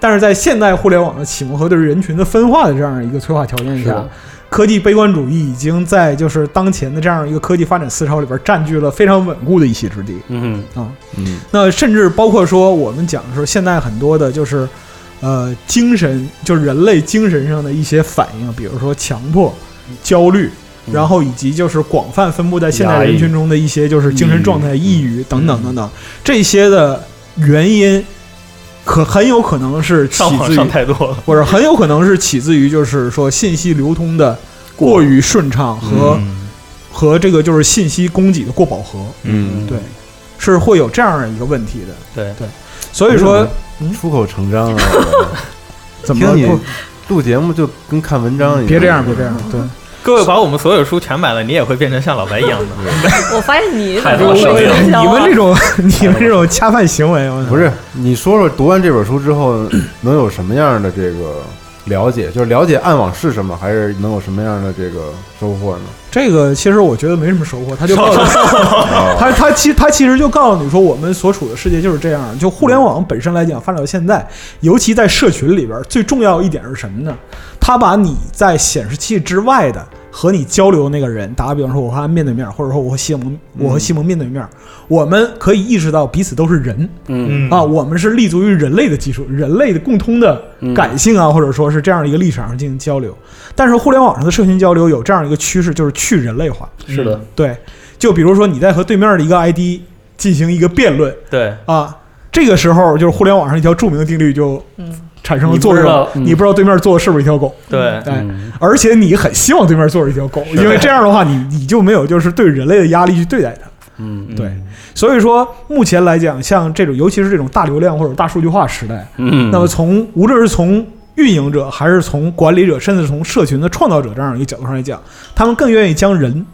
S2: 但是在现代互联网的启蒙和对人群的分化的这样一个催化条件
S1: 是
S2: 下
S1: 的，
S2: 科技悲观主义已经在就是当前的这样一个科技发展思潮里边占据了非常稳固的一席之地。
S1: 嗯
S5: 嗯
S2: 那甚至包括说，我们讲说现在很多的就是，呃，精神就是人类精神上的一些反应，比如说强迫、焦虑，
S1: 嗯
S2: 然后以及就是广泛分布在现代人群中的一些就是精神状态抑郁等等等等这些的原因，可很有可能是起
S4: (laughs) 上网
S2: 自于
S4: 上，太多了。
S2: 或者很有可能是起自于就是说信息流通的过于顺畅和
S4: 嗯
S2: 和这个就是信息供给的过饱和，
S5: 嗯，
S2: 对，是会有这样的一个问题的。
S4: 对，
S2: 所以说，
S5: 出口成
S2: (laughs)
S5: 章啊！
S2: 怎么
S5: 听你
S2: 不
S5: 录节目就跟看文章一样，
S2: 嗯别这样，别这样，对，
S4: 各位把我们所有书全买了，你也会变成像老白一样的。
S3: (laughs) 我发现你
S1: 太
S3: 怎么
S1: 多
S3: 会
S1: 声音了
S3: 营销啊
S2: 你们这种你们这种恰饭行为，我
S5: 不是，你说说读完这本书
S2: (clears throat)
S5: 之后能有什么样的这个了解？就是了解暗网是什么，还是能有什么样的这个收获呢？
S2: 这个，其实我觉得没什么收获，他就告诉 (laughs) 他他其他其实就告诉你说，我们所处的世界就是这样。就互联网本身来讲，发展到现在，尤其在社群里边，最重要一点是什么呢？他把你在显示器之外的。和你交流的那个人，打个比方说，我和他面对面，或者说我和西蒙，我和西蒙面对面，我们可以意识到彼此都是人，
S1: 嗯
S4: 嗯
S2: 啊，，我们是立足于人类的基础，人类的共通的
S1: 嗯
S2: 感性啊，或者说是这样一个立场上进行交流。但是互联网上的社群交流有这样一个趋势，就是去人类化。
S1: 嗯是的，
S2: 对，就比如说你在和对面的一个 ID 进行一个辩论
S4: 对，
S2: 啊，这个时候就是互联网上一条著名的定律就
S3: 嗯，
S2: 产生了
S1: 你不
S2: 作
S1: 知
S2: 用
S1: 道
S2: 了，
S1: 嗯
S2: 你不知道对面坐的是不是一条狗，
S4: 对，
S2: 哎，
S1: 嗯
S2: 而且你很希望对面坐着一条狗，因为这样的话你你就没有就是对人类的压力去对待它。
S1: 嗯
S2: 对，所以说目前来讲，像这种尤其是这种大流量或者大数据化时代，
S1: 嗯，
S2: 那么从无论是从运营者，还是从管理者，甚至从社群的创造者这样一个角度上来讲，他们更愿意将人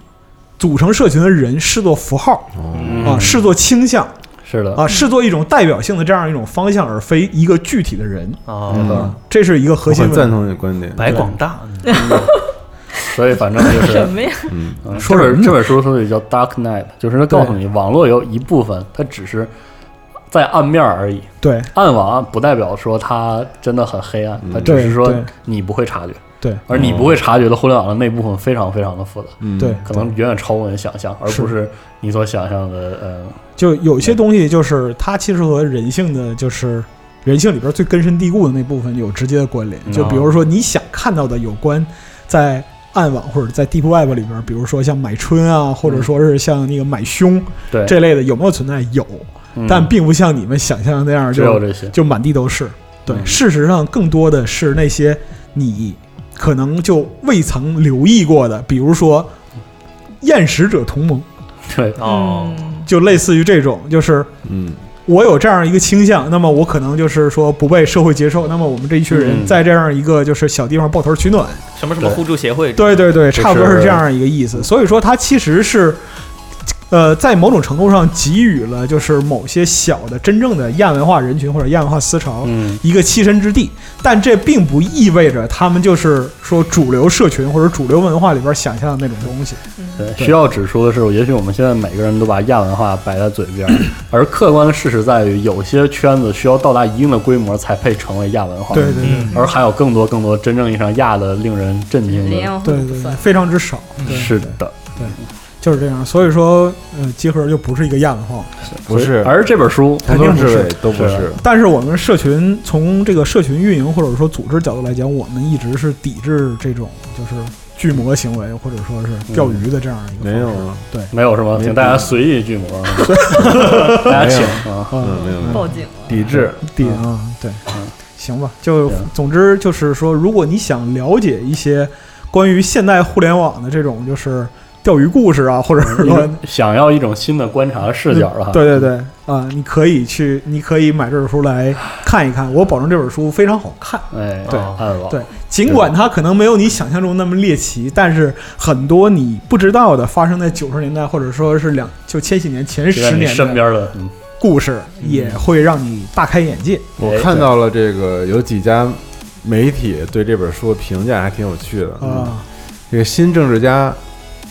S2: 组成社群的人视作符号
S1: 嗯
S2: 啊，视作倾向
S1: 是的，
S2: 啊，视作一种代表性的这样一种方向，而非一个具体的人
S1: 嗯
S4: 哦，
S2: 啊，这是一个核
S5: 我
S2: 心
S5: 很赞
S2: 问题。
S5: 同你的
S2: (laughs)
S5: 观
S2: 嗯
S5: 点。
S4: 白广大，
S1: 所以反正就是
S3: 什么呀？
S5: 嗯，
S1: 嗯这本这本书所以叫《Dark Knight》，就是它告诉你，网络有一部分它只是在暗面而已，
S2: 对
S1: 暗网不代表说它真的很黑暗，
S5: 嗯
S1: 它只是说
S2: 对对
S1: 你不会察觉，
S2: 对
S1: 而你不会察觉的互联网的那部分非常非常的复杂，
S5: 嗯
S2: 对，
S1: 可能远远超过你的想象，而
S2: 是
S1: 不是你所想象的，呃，
S2: 就有些东西就是它其实和人性的就是。人性里边最根深蒂固的那部分有直接的关
S1: 嗯
S2: 联，就比如说你想看到的有关在暗网或者在 Deep Web 里边，比如说像买春啊，或者说是像那个买凶
S1: 嗯对，
S2: 这类的，有没有存在？有，
S1: 嗯
S2: 但并不像你们想象的那样
S1: 只有
S2: 就
S1: 这些，
S2: 就满地都是。对，
S1: 嗯
S2: 事实上更多的是那些你可能就未曾留意过的，比如说厌食者同盟，
S1: 对，
S4: 哦，
S3: 嗯
S2: 就类似于这种，就是
S5: 嗯
S2: 我有这样一个倾向，那么我可能就是说不被社会接受，那么我们这一群人
S1: 嗯
S2: 在这样一个就是小地方抱团取暖，
S4: 什么什么互助协会，
S2: 对对对，
S5: 是
S2: 差不多是这样一个意思。所以说，它其实是，呃，在某种程度上给予了就是某些小的真正的亚文化人群或者亚文化思潮
S1: 嗯，
S2: 一个栖身之地，但这并不意味着他们就是说主流社群或者主流文化里边想象的那种东西。
S3: 嗯
S1: 对，需要指出的是，也许我们现在每个人都把亚文化摆在嘴
S2: (laughs)
S1: 边儿，而客观的事实在于，有些圈子需要到达一定的规模才配成为亚文化，
S2: 对对对
S4: 嗯，
S1: 而还有更多更多真正意义上亚的令人震惊
S3: 林
S1: 的，
S3: 彦宏
S2: 对
S3: 不
S2: 对对，
S3: 算
S2: 非常之少。对
S1: 是的，
S2: 对就是这样。所以说，呃，集合就不是一个亚文化，
S5: 不
S1: 所以
S5: 是，
S1: 而这本书
S5: 从
S2: 肯定不
S5: 头至
S2: 是
S5: 尾都不
S1: 是
S5: 是。
S2: 但是我们社群从这个社群运营或者说组织角度来讲，我们一直是抵制这种就是巨魔行为或者说是钓鱼的这样一个方式。
S5: 没有啊，
S1: 没有什么，
S5: 没
S1: 请大家随意巨魔，大家请啊。
S2: 嗯，
S5: 嗯，没有没有，
S3: 报警了。
S5: 抵制，
S2: 抵啊，对
S1: 嗯，
S2: 行吧。就
S1: 对
S2: 总之就是说，如果你想了解一些关于现代互联网的这种就是钓鱼故事啊，或者是说
S1: 嗯
S2: 嗯
S5: 嗯
S1: 想要一种新的观察
S2: (laughs)
S1: 视角
S5: 啊
S1: 的话，
S2: 对对对啊，你可以去，你可以买这本书来看一看。我保证这本书非常好看。
S1: 哎，
S4: 对
S1: 暗网，
S2: 对，尽管它可能没有你想象中那么猎奇，但是很多你不知道的发生在九十年代，或者说是两就千禧年前
S1: 就在
S2: 十
S1: 你
S2: 年
S1: 身
S2: 的
S1: 边的，嗯，
S2: 故事，也会让你大开眼界。
S5: 我
S1: 哎
S5: 看到了这个有几家媒体对这本书的评价还挺有趣的嗯
S2: 啊，
S5: 这个新政治家，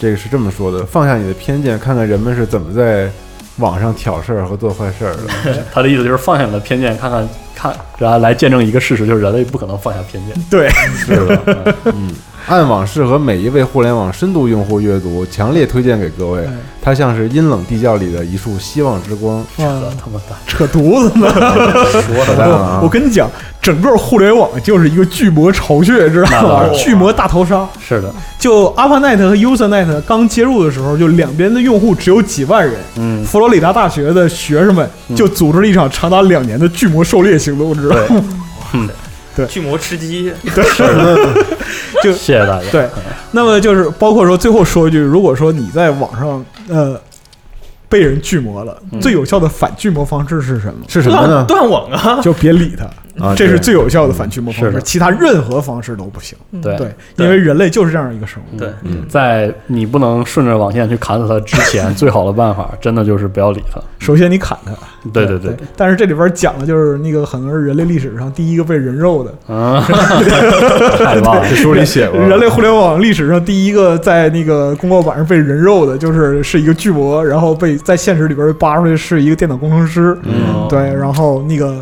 S5: 这个是这么说的：放下你的偏见，看看人们是怎么在网上挑事儿和做坏事儿的。
S2: (laughs)
S1: 他的意思就是放下你的偏见，看看看，然后来见证一个事实，就是人类不可能放下偏见。
S2: 对，
S1: 是的，
S5: 嗯，暗网适合每一位互联网深度用户阅读，强烈推荐给各位
S2: 哎。
S5: 它像是阴冷地窖里的一束希望之光。
S2: 哇，
S1: 他妈的，
S2: 扯犊子呢！
S5: 说
S2: (laughs)
S5: 的
S1: 啊
S2: 我我跟你讲，整个互联网就是一个巨魔巢穴，知道
S1: 那
S2: 吗
S1: 当？然
S2: 巨魔大逃杀。
S1: 是的，
S2: 就 ARPANET 和 USERNET 刚接入的时候，就两边的用户只有几万人。
S1: 嗯，
S2: 佛罗里达大学的学生们就组织了一场长达两年的巨魔狩猎行动，知道吗？
S1: 对，
S4: 巨魔吃鸡，
S1: 谢谢大家。
S2: 对，那么就是包括说最后说一句，如果说你在网上呃被人巨魔了，
S1: 嗯
S2: 最有效的反巨魔方式是什么？
S5: 是什么
S4: 断
S5: 呢？
S4: 断网啊！
S2: 就别理他，
S5: 啊，
S2: 这是
S5: 对
S2: 最有效的反巨魔方
S1: 是
S2: 式，
S1: 的
S2: 其他任何方式都不行。
S1: 对
S2: 对，
S1: 对
S2: 因为人类就是这样一个生物。
S4: 对，
S5: 嗯
S1: 在你不能顺着网线去砍死他之前，最好的办法真的就是不要理他。
S2: 首先你砍他，
S1: 对对
S2: 对
S1: 对，
S2: 但是这里边讲的就是那个可能是人类历史上第一个被人肉的，
S1: 嗯， (laughs) 太棒了 (laughs)
S5: 这，书里写
S2: (laughs)
S5: 过，
S2: 人类互联网历史上第一个在那个公告板上被人肉的，就是是一个巨魔，然后被在现实里边被扒出来是一个电脑工程师，
S5: 嗯
S2: 对，然后那个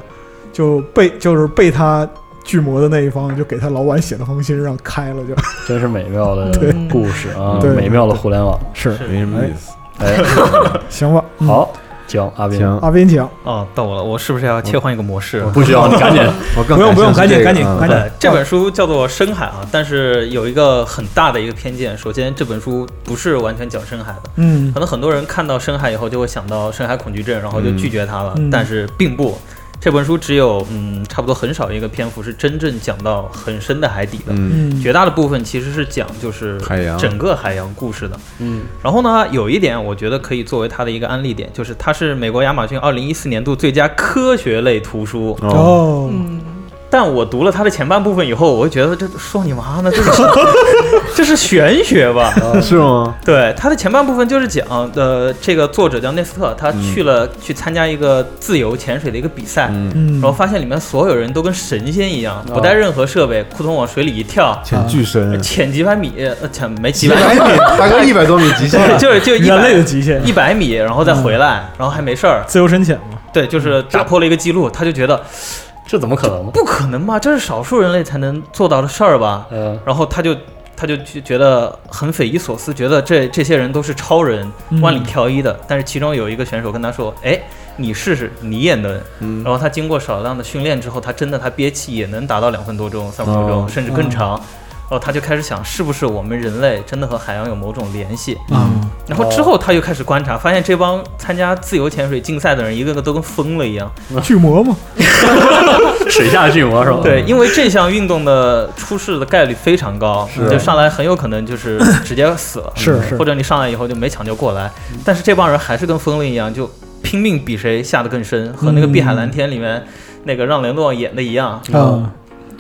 S2: 就被就是被他巨魔的那一方就给他老板写了封信让开了就， (laughs)
S1: 真是美妙的
S2: 对
S1: 故事啊，
S2: 对
S1: 美妙的互联网。
S2: 是
S5: 没什么意思。
S1: 哎，
S2: 行吧，嗯，
S1: 好，请阿斌，
S5: 行，
S2: 阿斌请，
S4: 哦，到我了，我是不是要切换一个模式？啊
S1: 不
S4: (laughs)
S1: 需要，你赶紧。
S5: 我更
S2: 不用
S5: 感
S2: 不用
S5: 兴
S2: 赶
S5: 趣
S2: 紧
S5: 这个
S2: 赶紧
S5: 啊
S2: 赶紧
S4: 对，这本书叫做《深海》啊，但是有一个很大的一个偏见。首先，这本书不是完全讲深海的，
S2: 嗯
S4: 可能很多人看到深海以后就会想到深海恐惧症，然后就拒绝它了。
S2: 嗯
S4: 但是并不，这本书只有嗯，差不多很少一个篇幅是真正讲到很深的海底的。
S5: 嗯，
S2: 嗯，
S4: 绝大的部分其实是讲就是
S5: 海洋
S4: 整个海洋故事的。
S1: 嗯，
S4: 然后呢，有一点我觉得可以作为它的一个案例点，就是它是美国亚马逊二零一四年度最佳科学类图书。
S5: 哦，
S2: 哦，
S3: 嗯，
S4: 但我读了它的前半部分以后，我会觉得这说你妈呢，这是 (laughs) 这是玄学吧？
S5: 哦是吗？
S4: 对，它的前半部分就是讲，呃，这个作者叫内斯特，他去了、去参加一个自由潜水的一个比赛，
S5: 嗯，
S2: 嗯
S4: 然后，发现里面所有人都跟神仙一样，不带任何设备，扑通往水里一
S2: 啊
S4: 跳，
S5: 潜巨深，
S4: 潜几百米，呃，潜没几
S5: 一
S4: 百
S5: 百
S4: 米，
S5: 米，大概一百多米极限。
S4: (laughs) 就是就一
S2: 人类的嗯
S4: 百
S2: 极限，
S4: 一百米，然后再回来，然后还没事儿，
S2: 自由深潜嘛，
S4: 对，
S2: 嗯
S4: 就是打破了一个记录，他就觉得
S1: 这怎么可能呢？
S4: 不可能吧，这是少数人类才能做到的事儿吧，
S1: 呃，
S4: 然后他就他就去觉得很匪夷所思，觉得这这些人都是超人
S2: 嗯，
S4: 万里挑一的。但是其中有一个选手跟他说：“哎，你试试，你也能。
S5: 嗯
S4: 然后他经过少量的训练之后，他真的他憋气也能达到两分多钟、三分多钟，
S5: 哦
S4: 甚至
S2: 嗯
S4: 更长。然后他就开始想，是不是我们人类真的和海洋有某种联系？
S2: 啊，
S4: 然后之后他就开始观察，发现这帮参加自由潜水竞赛的人，一个个都跟疯了一样。
S2: 巨魔嘛，
S1: 水下巨魔
S2: 嗯
S1: 是吧？
S4: 对，因为这项运动的出事的概率非常高，
S5: 是
S4: 你就上来很有可能就是直接死了，嗯
S2: 是是
S4: 或者你上来以后就没抢救过来。但是这帮人还是跟疯了一样，就拼命比谁下得更深，和那个《碧海蓝天》里面那个让雷诺演的一样，
S2: 啊，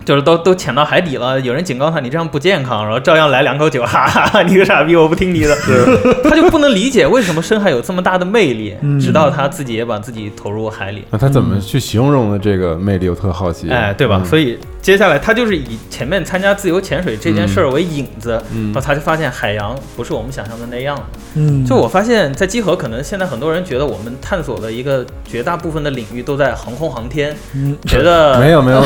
S4: 就是都都潜到海底了，有人警告他你这样不健康，然后照样来两口酒， (laughs) 哈哈哈，你个傻逼，我不听你的。 (laughs) 他就不能理解为什么深海有这么大的魅力，
S2: 嗯
S4: 直到他自己也把自己投入海里。
S5: 那他怎么去形容的这个魅力？我特好奇。
S4: 哎，对吧？
S5: 嗯
S4: 所以接下来他就是以前面参加自由潜水这件事儿为引子，然后他就发现海洋不是我们想象的那样。
S2: 嗯，
S4: 就我发现，在集合，可能现在很多人觉得我们探索的一个绝大部分的领域都在航空航天，
S2: 嗯
S4: 觉得
S5: 没有
S4: (laughs)
S5: 没有，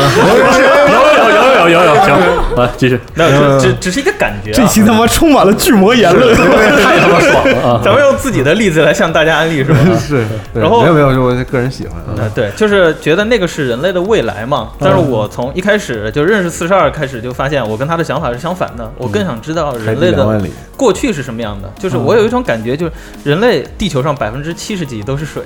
S1: 有有有有有，行，来继续，
S4: 没有，
S5: 嗯
S4: 只只只是一个感觉、啊。
S2: 这期他妈充满了巨魔言
S4: (laughs)
S2: 论， (laughs)
S1: 太他妈爽了啊！
S4: 咱们用自己的例子来向大家安利，是吧？
S5: 是，对
S4: 然后
S5: 没有没有，是我个人喜欢啊
S4: 呃，对，就是觉得那个是人类的未来嘛。但是我从一开始就认识四十二开始，就发现我跟他的想法是相反的。我更想知道人类
S5: 两
S4: 嗯的
S5: 万里，
S4: 过去是什么样的。就是我有一种感觉，就是人类地球上百分之七十几都是水，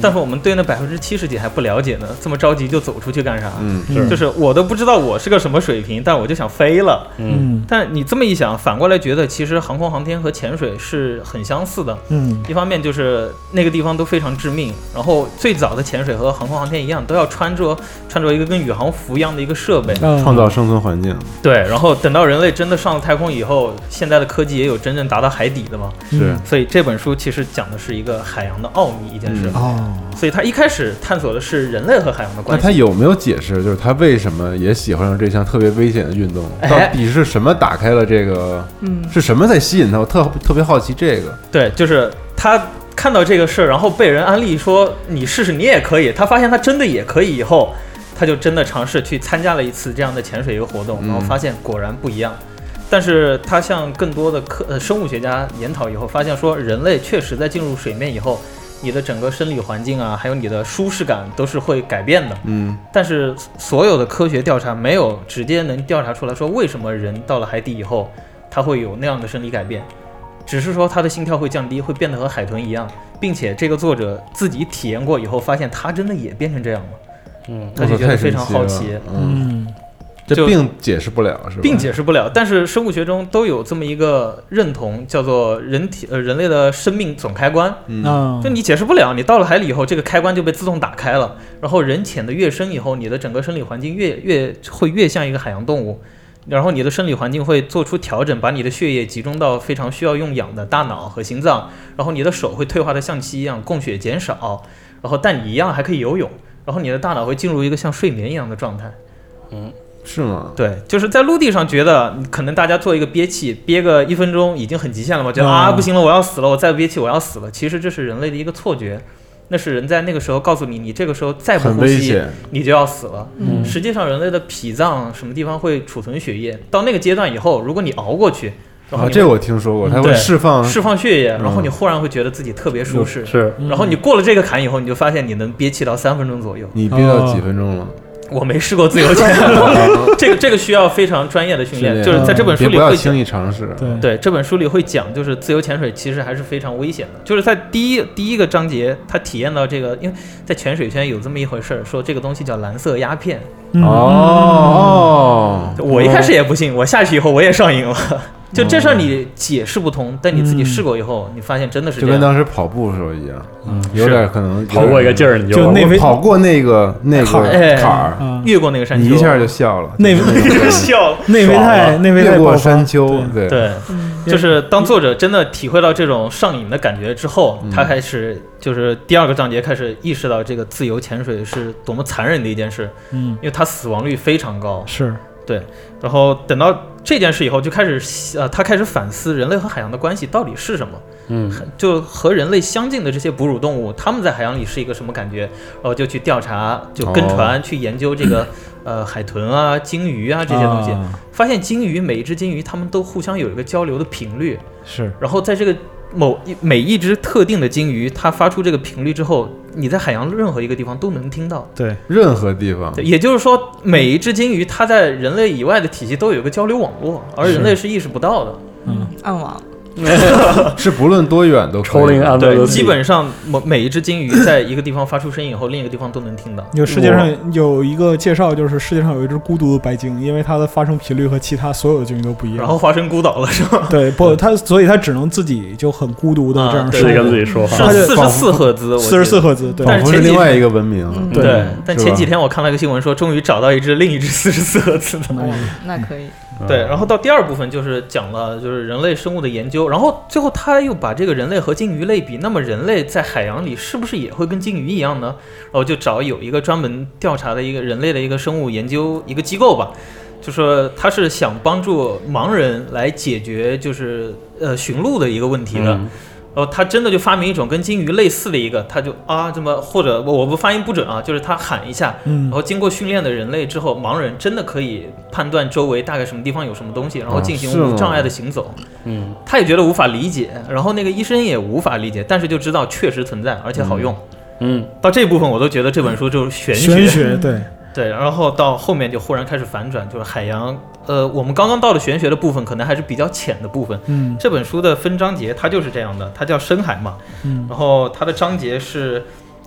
S4: 但是我们对那百分之七十几还不了解呢，这么着急就走出去干啥？
S5: 嗯，
S2: 是
S4: 就是我都不知道我是个什么水平，但我就想飞了。
S1: 嗯
S2: 嗯
S4: 但你这么一想，反过来觉得其实航空航天和潜水是很相似的。
S2: 嗯
S4: 一方面就是那个地方都非常致命，然后最早的潜水和航空航天一样，都要穿着穿着一个跟宇航服一样的一个设备。
S2: 嗯
S5: 创造生存环境，
S4: 对，然后等到人类真的上了太空以后，现在的科技也有真正达到海底的嘛。
S5: 是
S4: 所以这本书其实讲的是一个海洋的奥秘一件事。
S5: 嗯
S2: 哦，
S4: 所以它一开始探索的是人类和海洋的
S5: 那
S4: 关系。
S5: 他有没有解释，就是他为什么也喜欢上这项特别危险的运动？
S4: 哎
S5: 到底是什么打开了这个？
S3: 嗯，
S5: 是什么在吸引他？我特特别好奇这个。
S4: 对，就是他看到这个事儿，然后被人安利说你试试，你也可以。他发现他真的也可以以后，他就真的尝试去参加了一次这样的潜水一个活动，
S5: 嗯
S4: 然后发现果然不一样。但是他向更多的科呃生物学家研讨以后，发现说人类确实在进入水面以后，你的整个生理环境啊，还有你的舒适感都是会改变的。
S5: 嗯，
S4: 但是所有的科学调查没有直接能调查出来说为什么人到了海底以后他会有那样的生理改变，只是说他的心跳会降低，会变得和海豚一样，并且这个作者自己体验过以后发现他真的也变成这样了，
S1: 嗯
S4: 他就
S5: 我
S4: 觉
S5: 操太
S4: 得
S5: 神
S4: 非常好
S5: 奇
S4: 奇
S5: 了。嗯，
S2: 嗯
S5: 这
S4: 就
S5: 并解释不了是吧？
S4: 并解释不了，但是生物学中都有这么一个认同，叫做人体呃人类的生命总开关。
S5: 嗯，
S2: 啊
S4: 就，你解释不了，你到了海里以后，这个开关就被自动打开了。然后人潜的越深以后，你的整个生理环境越越会越像一个海洋动物，然后你的生理环境会做出调整，把你的血液集中到非常需要用氧的大脑和心脏，然后你的手会退化的像漆一样，供血减少，然后但你一样还可以游泳，然后你的大脑会进入一个像睡眠一样的状态。
S5: 是吗？
S4: 对，就是在陆地上觉得可能大家做一个憋气，憋个一分钟已经很极限了吧？觉
S5: 嗯
S4: 得
S2: 啊
S4: 啊不行了，我要死了，我再不憋气我要死了。其实这是人类的一个错觉，那是人在那个时候告诉你，你这个时候再不
S5: 很
S4: 呼
S5: 危
S4: 吸
S5: 险。
S4: 你就要死了。
S1: 嗯
S4: 实际上人类的脾脏什么地方会储存血液，到那个阶段以后，如果你熬过去，然后
S5: 啊，
S4: 你
S5: 这我听说过，他
S4: 嗯
S5: 会
S4: 对
S5: 释放
S4: 释放血液，然后
S5: 嗯
S4: 你忽然会觉得自己特别舒适。
S1: 是
S2: 嗯
S4: 然后你过了这个坎以后，你就发现你能憋气到三分钟左右。
S5: 你憋到几分钟了？
S4: 我没试过自由潜，
S5: (laughs)
S4: 这个这个需要非常专业的训练，
S5: 训练
S4: 就是在这本书
S5: 嗯别
S4: 里
S5: 不要
S4: 会
S5: 轻易尝试。
S2: 对
S4: 对，这本书里会讲，就是自由潜水其实还是非常危险的。就是在第一第一个章节，他体验到这个，因为在潜水圈有这么一回事儿，说这个东西叫蓝色鸦片。
S2: 嗯
S5: 哦，哦
S4: 我一开始也不信，我下去以后我也上瘾了。
S5: (laughs)
S4: 就这事儿你解释不通，但你自己试过以后，你发现真的是
S5: 嗯就
S4: 这
S5: 跟
S4: 样。
S5: 当时跑步的时候一样，
S1: 嗯
S5: 有点可能
S1: 跑过一个劲
S5: 儿，
S1: 儿你
S2: 就
S1: 就
S2: 那位
S5: 跑过那个那个
S2: 坎儿
S4: 哎
S5: 坎儿，
S2: 啊，
S4: 越过那个山
S5: 你
S4: 丘，(laughs)
S5: 一下就笑了。
S2: 内
S4: 你就笑了。 (laughs) 啊
S2: 内维泰内维
S5: 越
S2: 泰
S5: 过
S2: 爆发
S5: 山丘，对，
S4: 对，
S3: 嗯
S4: 就是当作者真的体会到这种上瘾的感觉之后，
S5: 嗯
S4: 他开始就是第二个章节开始意识到这个自由潜水是多么残忍的一件事，
S2: 嗯
S4: 因为它死亡率非常高。
S2: 是
S4: 然后等到这件事以后，就开始呃，他开始反思人类和海洋的关系到底是什么，
S1: 嗯
S4: 就和人类相近的这些哺乳动物，它们在海洋里是一个什么感觉，然后就去调查，就跟船去研究这个、呃海豚啊、鲸鱼啊这些东西，
S2: 啊
S4: 发现鲸鱼每一只鲸鱼它们都互相有一个交流的频率，
S2: 是
S4: 然后在这个某一每一只特定的鲸鱼，它发出这个频率之后，你在海洋任何一个地方都能听到。
S2: 对
S5: 任何地方
S4: 对，也就是说，每一只鲸鱼它在人类以外的体系都有一个交流网络，而人类是意识不到的。
S2: 嗯
S3: 暗网，
S5: 是不论多远都可
S1: (laughs)
S5: 以
S1: 抽了一个安慰
S4: 对，
S1: 的
S4: 基本上每每一只鲸鱼在一个地方发出声音以后，另一个地方都能听到。
S2: 有世界上有一个介绍，就是世界上有一只孤独的白鲸，因为它的发生频率和其他所有的鲸鱼都不一
S4: 然
S2: 样。
S4: 后华生孤岛了是吧？
S2: 对，不，它所以它只能自己就很孤独的这样
S4: 啊对
S1: 自己跟自己说话
S2: 它，就
S4: 是四十四赫兹，我记
S2: 四
S4: 得
S2: 十四。赫兹，对，
S4: 但是
S5: 仿佛是
S4: 前几
S5: 另外一个文明。
S3: 嗯
S2: 对
S4: 对，但
S5: 是吧
S4: 前几天我看了一个新闻说，终于找到一只另一只四十四赫兹的。
S2: 哎呀
S3: 那可以，
S1: 嗯
S4: 对，然后到第二部分就是讲了就是人类生物的研究，然后最后他又把这个人类和鲸鱼类比，那么人类在海洋里是不是也会跟鲸鱼一样呢？然后就找有一个专门调查的一个人类的一个生物研究一个机构吧，就说他是想帮助盲人来解决就是呃寻路的一个问题的。
S1: 嗯
S4: 然后他真的就发明一种跟鲸鱼类似的一个，他就啊这么或者我我不发音不准啊，就是他喊一下，
S2: 嗯
S4: 然后经过训练的人类之后，盲人真的可以判断周围大概什么地方有什么东西，然后进
S5: 是
S4: 行
S5: 吗
S4: 无障碍的行走。
S1: 嗯
S4: 他也觉得无法理解，然后那个医生也无法理解，但是就知道确实存在，而且好用。
S1: 嗯，
S4: 到这部分我都觉得这本书就是玄学，
S2: 玄学对，
S4: (laughs) 对，然后到后面就忽然开始反转，就是海洋。呃，我们刚刚到了玄学的部分，可能还是比较浅的部分。
S2: 嗯
S4: 这本书的分章节它就是这样的，它叫深海嘛，
S2: 嗯
S4: 然后它的章节是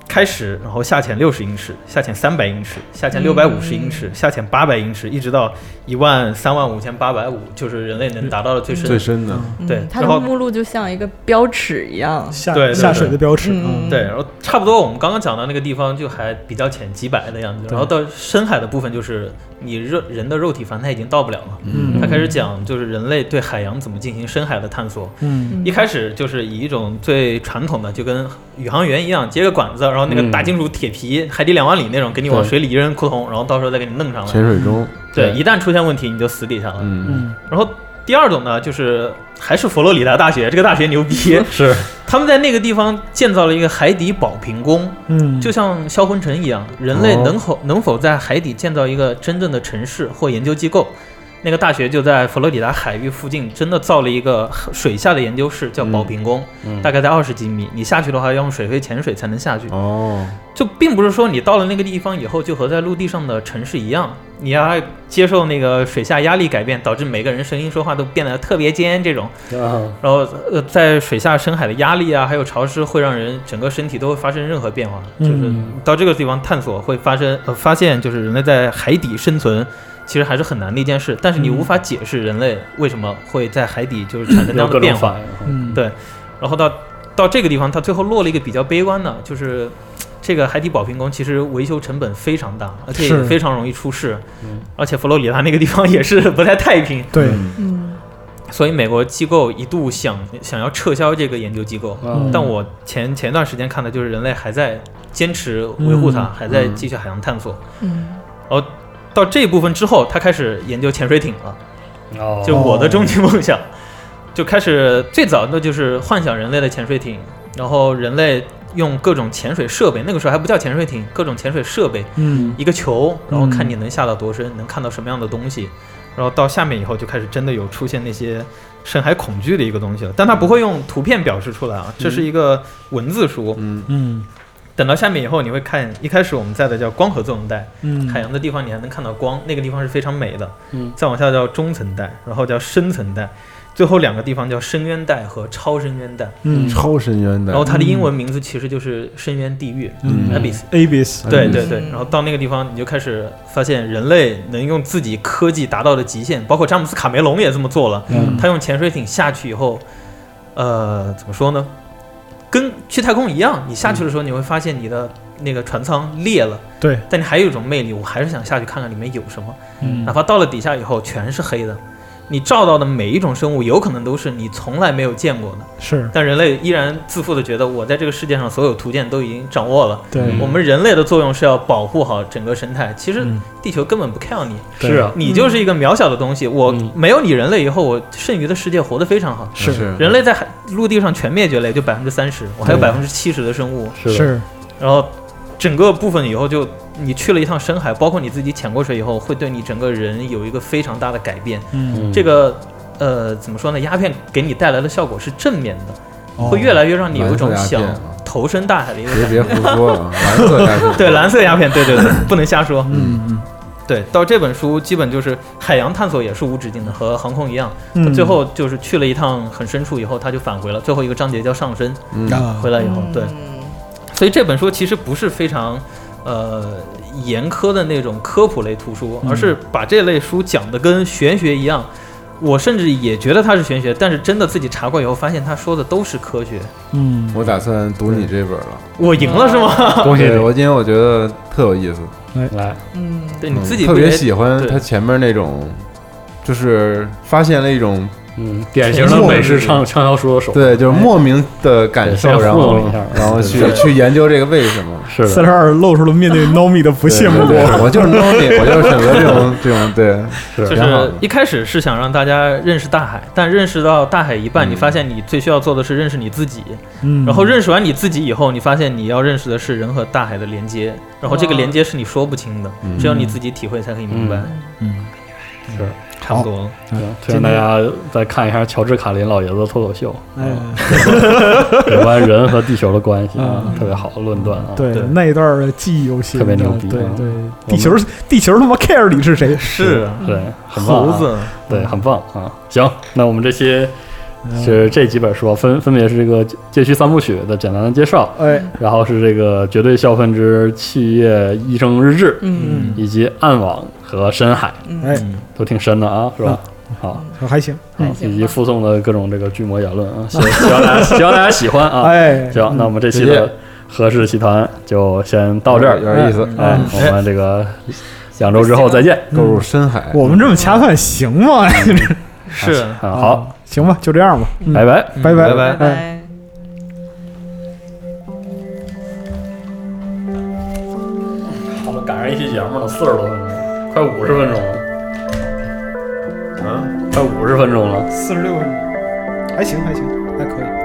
S4: 开始，然后下潜六十英尺，下潜三百英尺，下潜六百五十英尺，下潜八百英尺，一直到一万三万五千八百五，就是人类能达到的最深。
S5: 最深的，
S4: 对
S3: 嗯它
S4: 然后
S3: 的目录就像一个标尺一样，
S2: 啊下
S4: 对对
S2: 下水的标尺，
S3: 嗯
S4: 对，然后差不多我们刚刚讲到那个地方就还比较浅，几百的样子。然后到深海的部分，就是你肉人的肉体凡胎已经到不了了。
S2: 嗯
S4: 他开始讲就是人类对海洋怎么进行深海的探索。
S2: 嗯
S4: 一开始就是以一种最传统的，就跟宇航员一样，接个管子，然后那个
S1: 嗯
S4: 大金属铁皮，海底两万里那种，给你往
S1: 对
S4: 水里一扔扑通，然后到时候再给你弄上来。
S5: 潜水钟，
S4: 对，
S1: 对
S4: 一旦出现问题，你就死底下了。
S5: 嗯，
S2: 嗯
S4: 然后第二种呢，就是还是佛罗里达大学，这个大学牛逼，
S1: 是
S4: 他们在那个地方建造了一个海底保平宫，
S2: 嗯，
S4: 就像销魂城一样，人类
S5: 哦
S4: 能否能否在海底建造一个真正的城市或研究机构？那个大学就在佛罗里达海域附近，真的造了一个水下的研究室，叫保平宫，
S1: 嗯
S4: 大概在二十几米。你下去的话，要用水肺潜水才能下去。
S5: 哦，
S4: 就并不是说你到了那个地方以后，就和在陆地上的城市一样，你要接受那个水下压力改变，导致每个人声音说话都变得特别尖这种。
S1: 啊，
S4: 然后呃，在水下深海的压力啊，还有潮湿，会让人整个身体都会发生任何变化。就是
S2: 嗯
S4: 到这个地方探索，会发生呃发现，就是人类在海底生存，其实还是很难的一件事。但是你
S2: 嗯
S4: 无法解释人类为什么会在海底就是产生这
S1: 有
S4: 样的
S1: 各
S4: 变
S1: 种
S4: 化
S1: 反。应，
S2: 嗯
S4: 对然后到到这个地方，它最后落了一个比较悲观的，就是这个海底保平宫其实维修成本非常大，而且也
S2: 是
S4: 非常容易出事
S1: 嗯。
S4: 而且佛罗里达那个地方也是不太太平， (laughs)
S2: 对
S3: 嗯
S4: 所以美国机构一度想想要撤销这个研究机构，
S1: 嗯
S4: 但我前前段时间看的就是人类还在坚持维护它，
S2: 嗯
S4: 还在继续海洋探索。
S3: 嗯，
S4: 到这一部分之后，他开始研究潜水艇了，
S1: 哦，
S4: 就我的终极梦想，就开始最早那就是幻想人类的潜水艇，然后人类用各种潜水设备，那个时候还不叫潜水艇，各种潜水设备，
S2: 嗯
S4: 一个球，然后看
S2: 嗯
S4: 你能下到多深，能看到什么样的东西，然后到下面以后就开始真的有出现那些深海恐惧的一个东西了，但它不会用图片表示出来啊，这是一个文字书。
S5: 嗯，
S2: 嗯
S4: 等到下面以后，你会看一开始我们在的叫光合作用带，
S2: 嗯，
S4: 海洋的地方你还能看到光，那个地方是非常美的。
S1: 嗯
S4: 再往下叫中层带，然后叫深层带，最后两个地方叫深渊带和超深渊带。
S2: 嗯
S5: 超深渊的
S4: 然，后它的英文名字其实就是深渊地狱
S2: 嗯
S4: （Abyss）。
S2: Abis
S4: 对
S5: 嗯
S4: 对对，然后到那个地方，你就开始发现人类能用自己科技达到的极限，包括詹姆斯卡梅隆也这么做了。
S1: 嗯
S4: 他用潜水艇下去以后，呃，怎么说呢？跟去太空一样，你下去的时候你会发现你的那个船舱裂了，
S2: 对，
S4: 但你还有一种魅力，我还是想下去看看里面有什么。
S2: 嗯
S4: 哪怕到了底下以后全是黑的，你照到的每一种生物有可能都是你从来没有见过的，
S2: 是
S4: 但人类依然自负的觉得我在这个世界上所有图鉴都已经掌握了。
S2: 对
S4: 我们人类的作用是要保护好整个生态。其实
S2: 嗯
S4: 地球根本不 care 你，
S2: 对
S1: 是啊，
S4: 你就是一个渺小的东西。我
S1: 嗯
S4: 没有你人类以后，我剩余的世界活得非常好。
S2: 是
S4: 人类在海陆地上全灭绝了，也就百分之三十，我还有
S2: 对
S4: 百分之七十的生物。
S1: 的
S2: 是
S4: 然后整个部分以后就你去了一趟深海，包括你自己潜过水以后，会对你整个人有一个非常大的改变。
S2: 嗯，
S1: 嗯
S4: 这个呃，怎么说呢？鸦片给你带来的效果是正面的，会越
S2: 来
S4: 来越让你有一种
S5: 哦蓝色
S4: 想
S5: 鸦片啊
S4: 投身大海的一个
S5: 别
S4: 感觉。
S5: 别胡说
S4: (laughs)
S5: 了，蓝色鸦片，
S4: 对，蓝色鸦片，对对
S5: (laughs)
S4: 对，不能瞎说。
S2: 嗯
S4: 对，到这本书基本就是海洋探索也是无止境的，和航空一样。
S2: 嗯，
S4: 最后就是去了一趟很深处以后，他就返回了。最后一个章节叫上升，
S5: 嗯，
S2: 啊
S4: 回来以后，哎对，
S3: 嗯
S4: 所以这本书其实不是非常呃严苛的那种科普类图书，
S2: 嗯
S4: 而是把这类书讲的跟玄学一样。我甚至也觉得它是玄学，但是真的自己查过以后，发现他说的都是科学。
S2: 嗯
S5: 我打算读你这本了，
S4: 我赢了是吗？
S1: 恭喜
S5: 啊对
S1: 你
S5: 我因为我觉得特有意思，
S1: 来，
S3: 嗯
S4: 对你自己
S5: 特别
S4: 会
S5: 喜欢
S4: 对
S5: 它前面那种就是发现了一种哎
S1: 嗯，典型的美式畅畅销书手，
S5: 对，就是莫名的感受，
S1: 哎
S5: 然
S1: 先糊
S5: 后
S1: 弄一下
S5: 然后去
S1: 对
S5: 去研究这个为
S1: (laughs)
S5: 什么。
S1: 是
S2: 四
S1: 的，
S2: 十二露出了面对 Nomi 的不屑
S5: 对
S2: 目
S5: 对
S2: 光。
S5: 对我就是 Nomi，我就是选择这种这种对，
S1: 是
S4: 就
S5: 挺好
S4: 是
S5: 的
S4: 一开始是想让大家认识大海，但认识到大海一半，
S5: 嗯
S4: 你发现你最需要做的是认识你自己。
S2: 嗯，
S4: 然后认识完你自己以后，你发现你要认识的是人和大海的连接，然后这个连接是你说不清的，
S5: 嗯
S4: 只有你自己体会才可以明白。
S2: 嗯
S1: 是
S4: 差不多了。
S1: 行嗯推荐大家再看一下乔治卡林老爷子的脱口秀，嗯
S2: 哎，
S1: 有关人和地球的关系啊
S2: 嗯，
S1: 特别好的论断啊。
S2: 对
S4: 对
S2: 那一段儿记忆犹新，
S1: 特别牛逼
S2: 对
S1: 啊
S2: 对，地球地球他妈 care 你是谁？
S4: 是啊
S3: 嗯
S1: 对，很棒
S4: 猴
S1: 啊，
S4: 子，
S1: 对，很棒啊。行，那我们这些是这几本书啊分分别是这个《街区三部曲》的简单的介绍，
S2: 哎，
S4: 嗯
S1: 然后是这个《绝对校分之企业医生日志》，
S3: 嗯
S4: 嗯
S1: 以及《暗网》和《深海
S2: 哎
S3: 嗯，》，
S1: 都挺深的啊，是吧？好，
S2: 还行，
S1: 好
S3: 嗯
S1: 啊以及附送的各种这个巨魔言论啊，希望希望大家希望大家喜欢啊。
S2: 哎，
S1: 行，那我们这期
S5: 谢谢
S1: 的何氏集团就先到这
S5: 有
S1: 儿，
S5: 点意思，嗯
S1: 哎，我们这个两周之后再见。
S5: 购入深海。
S2: 我们这么恰饭行吗？
S4: 嗯是。
S1: 啊，好，
S2: (laughs) 行吧，就这样吧，嗯
S1: 拜拜。
S4: 嗯
S2: 拜拜
S4: 拜拜
S3: 拜拜。
S1: 我们赶上一期节目了，四十多分钟，快五十分钟了，
S5: 嗯。
S1: 嗯快五十分钟了。
S2: 四十六，还行还行，还可以。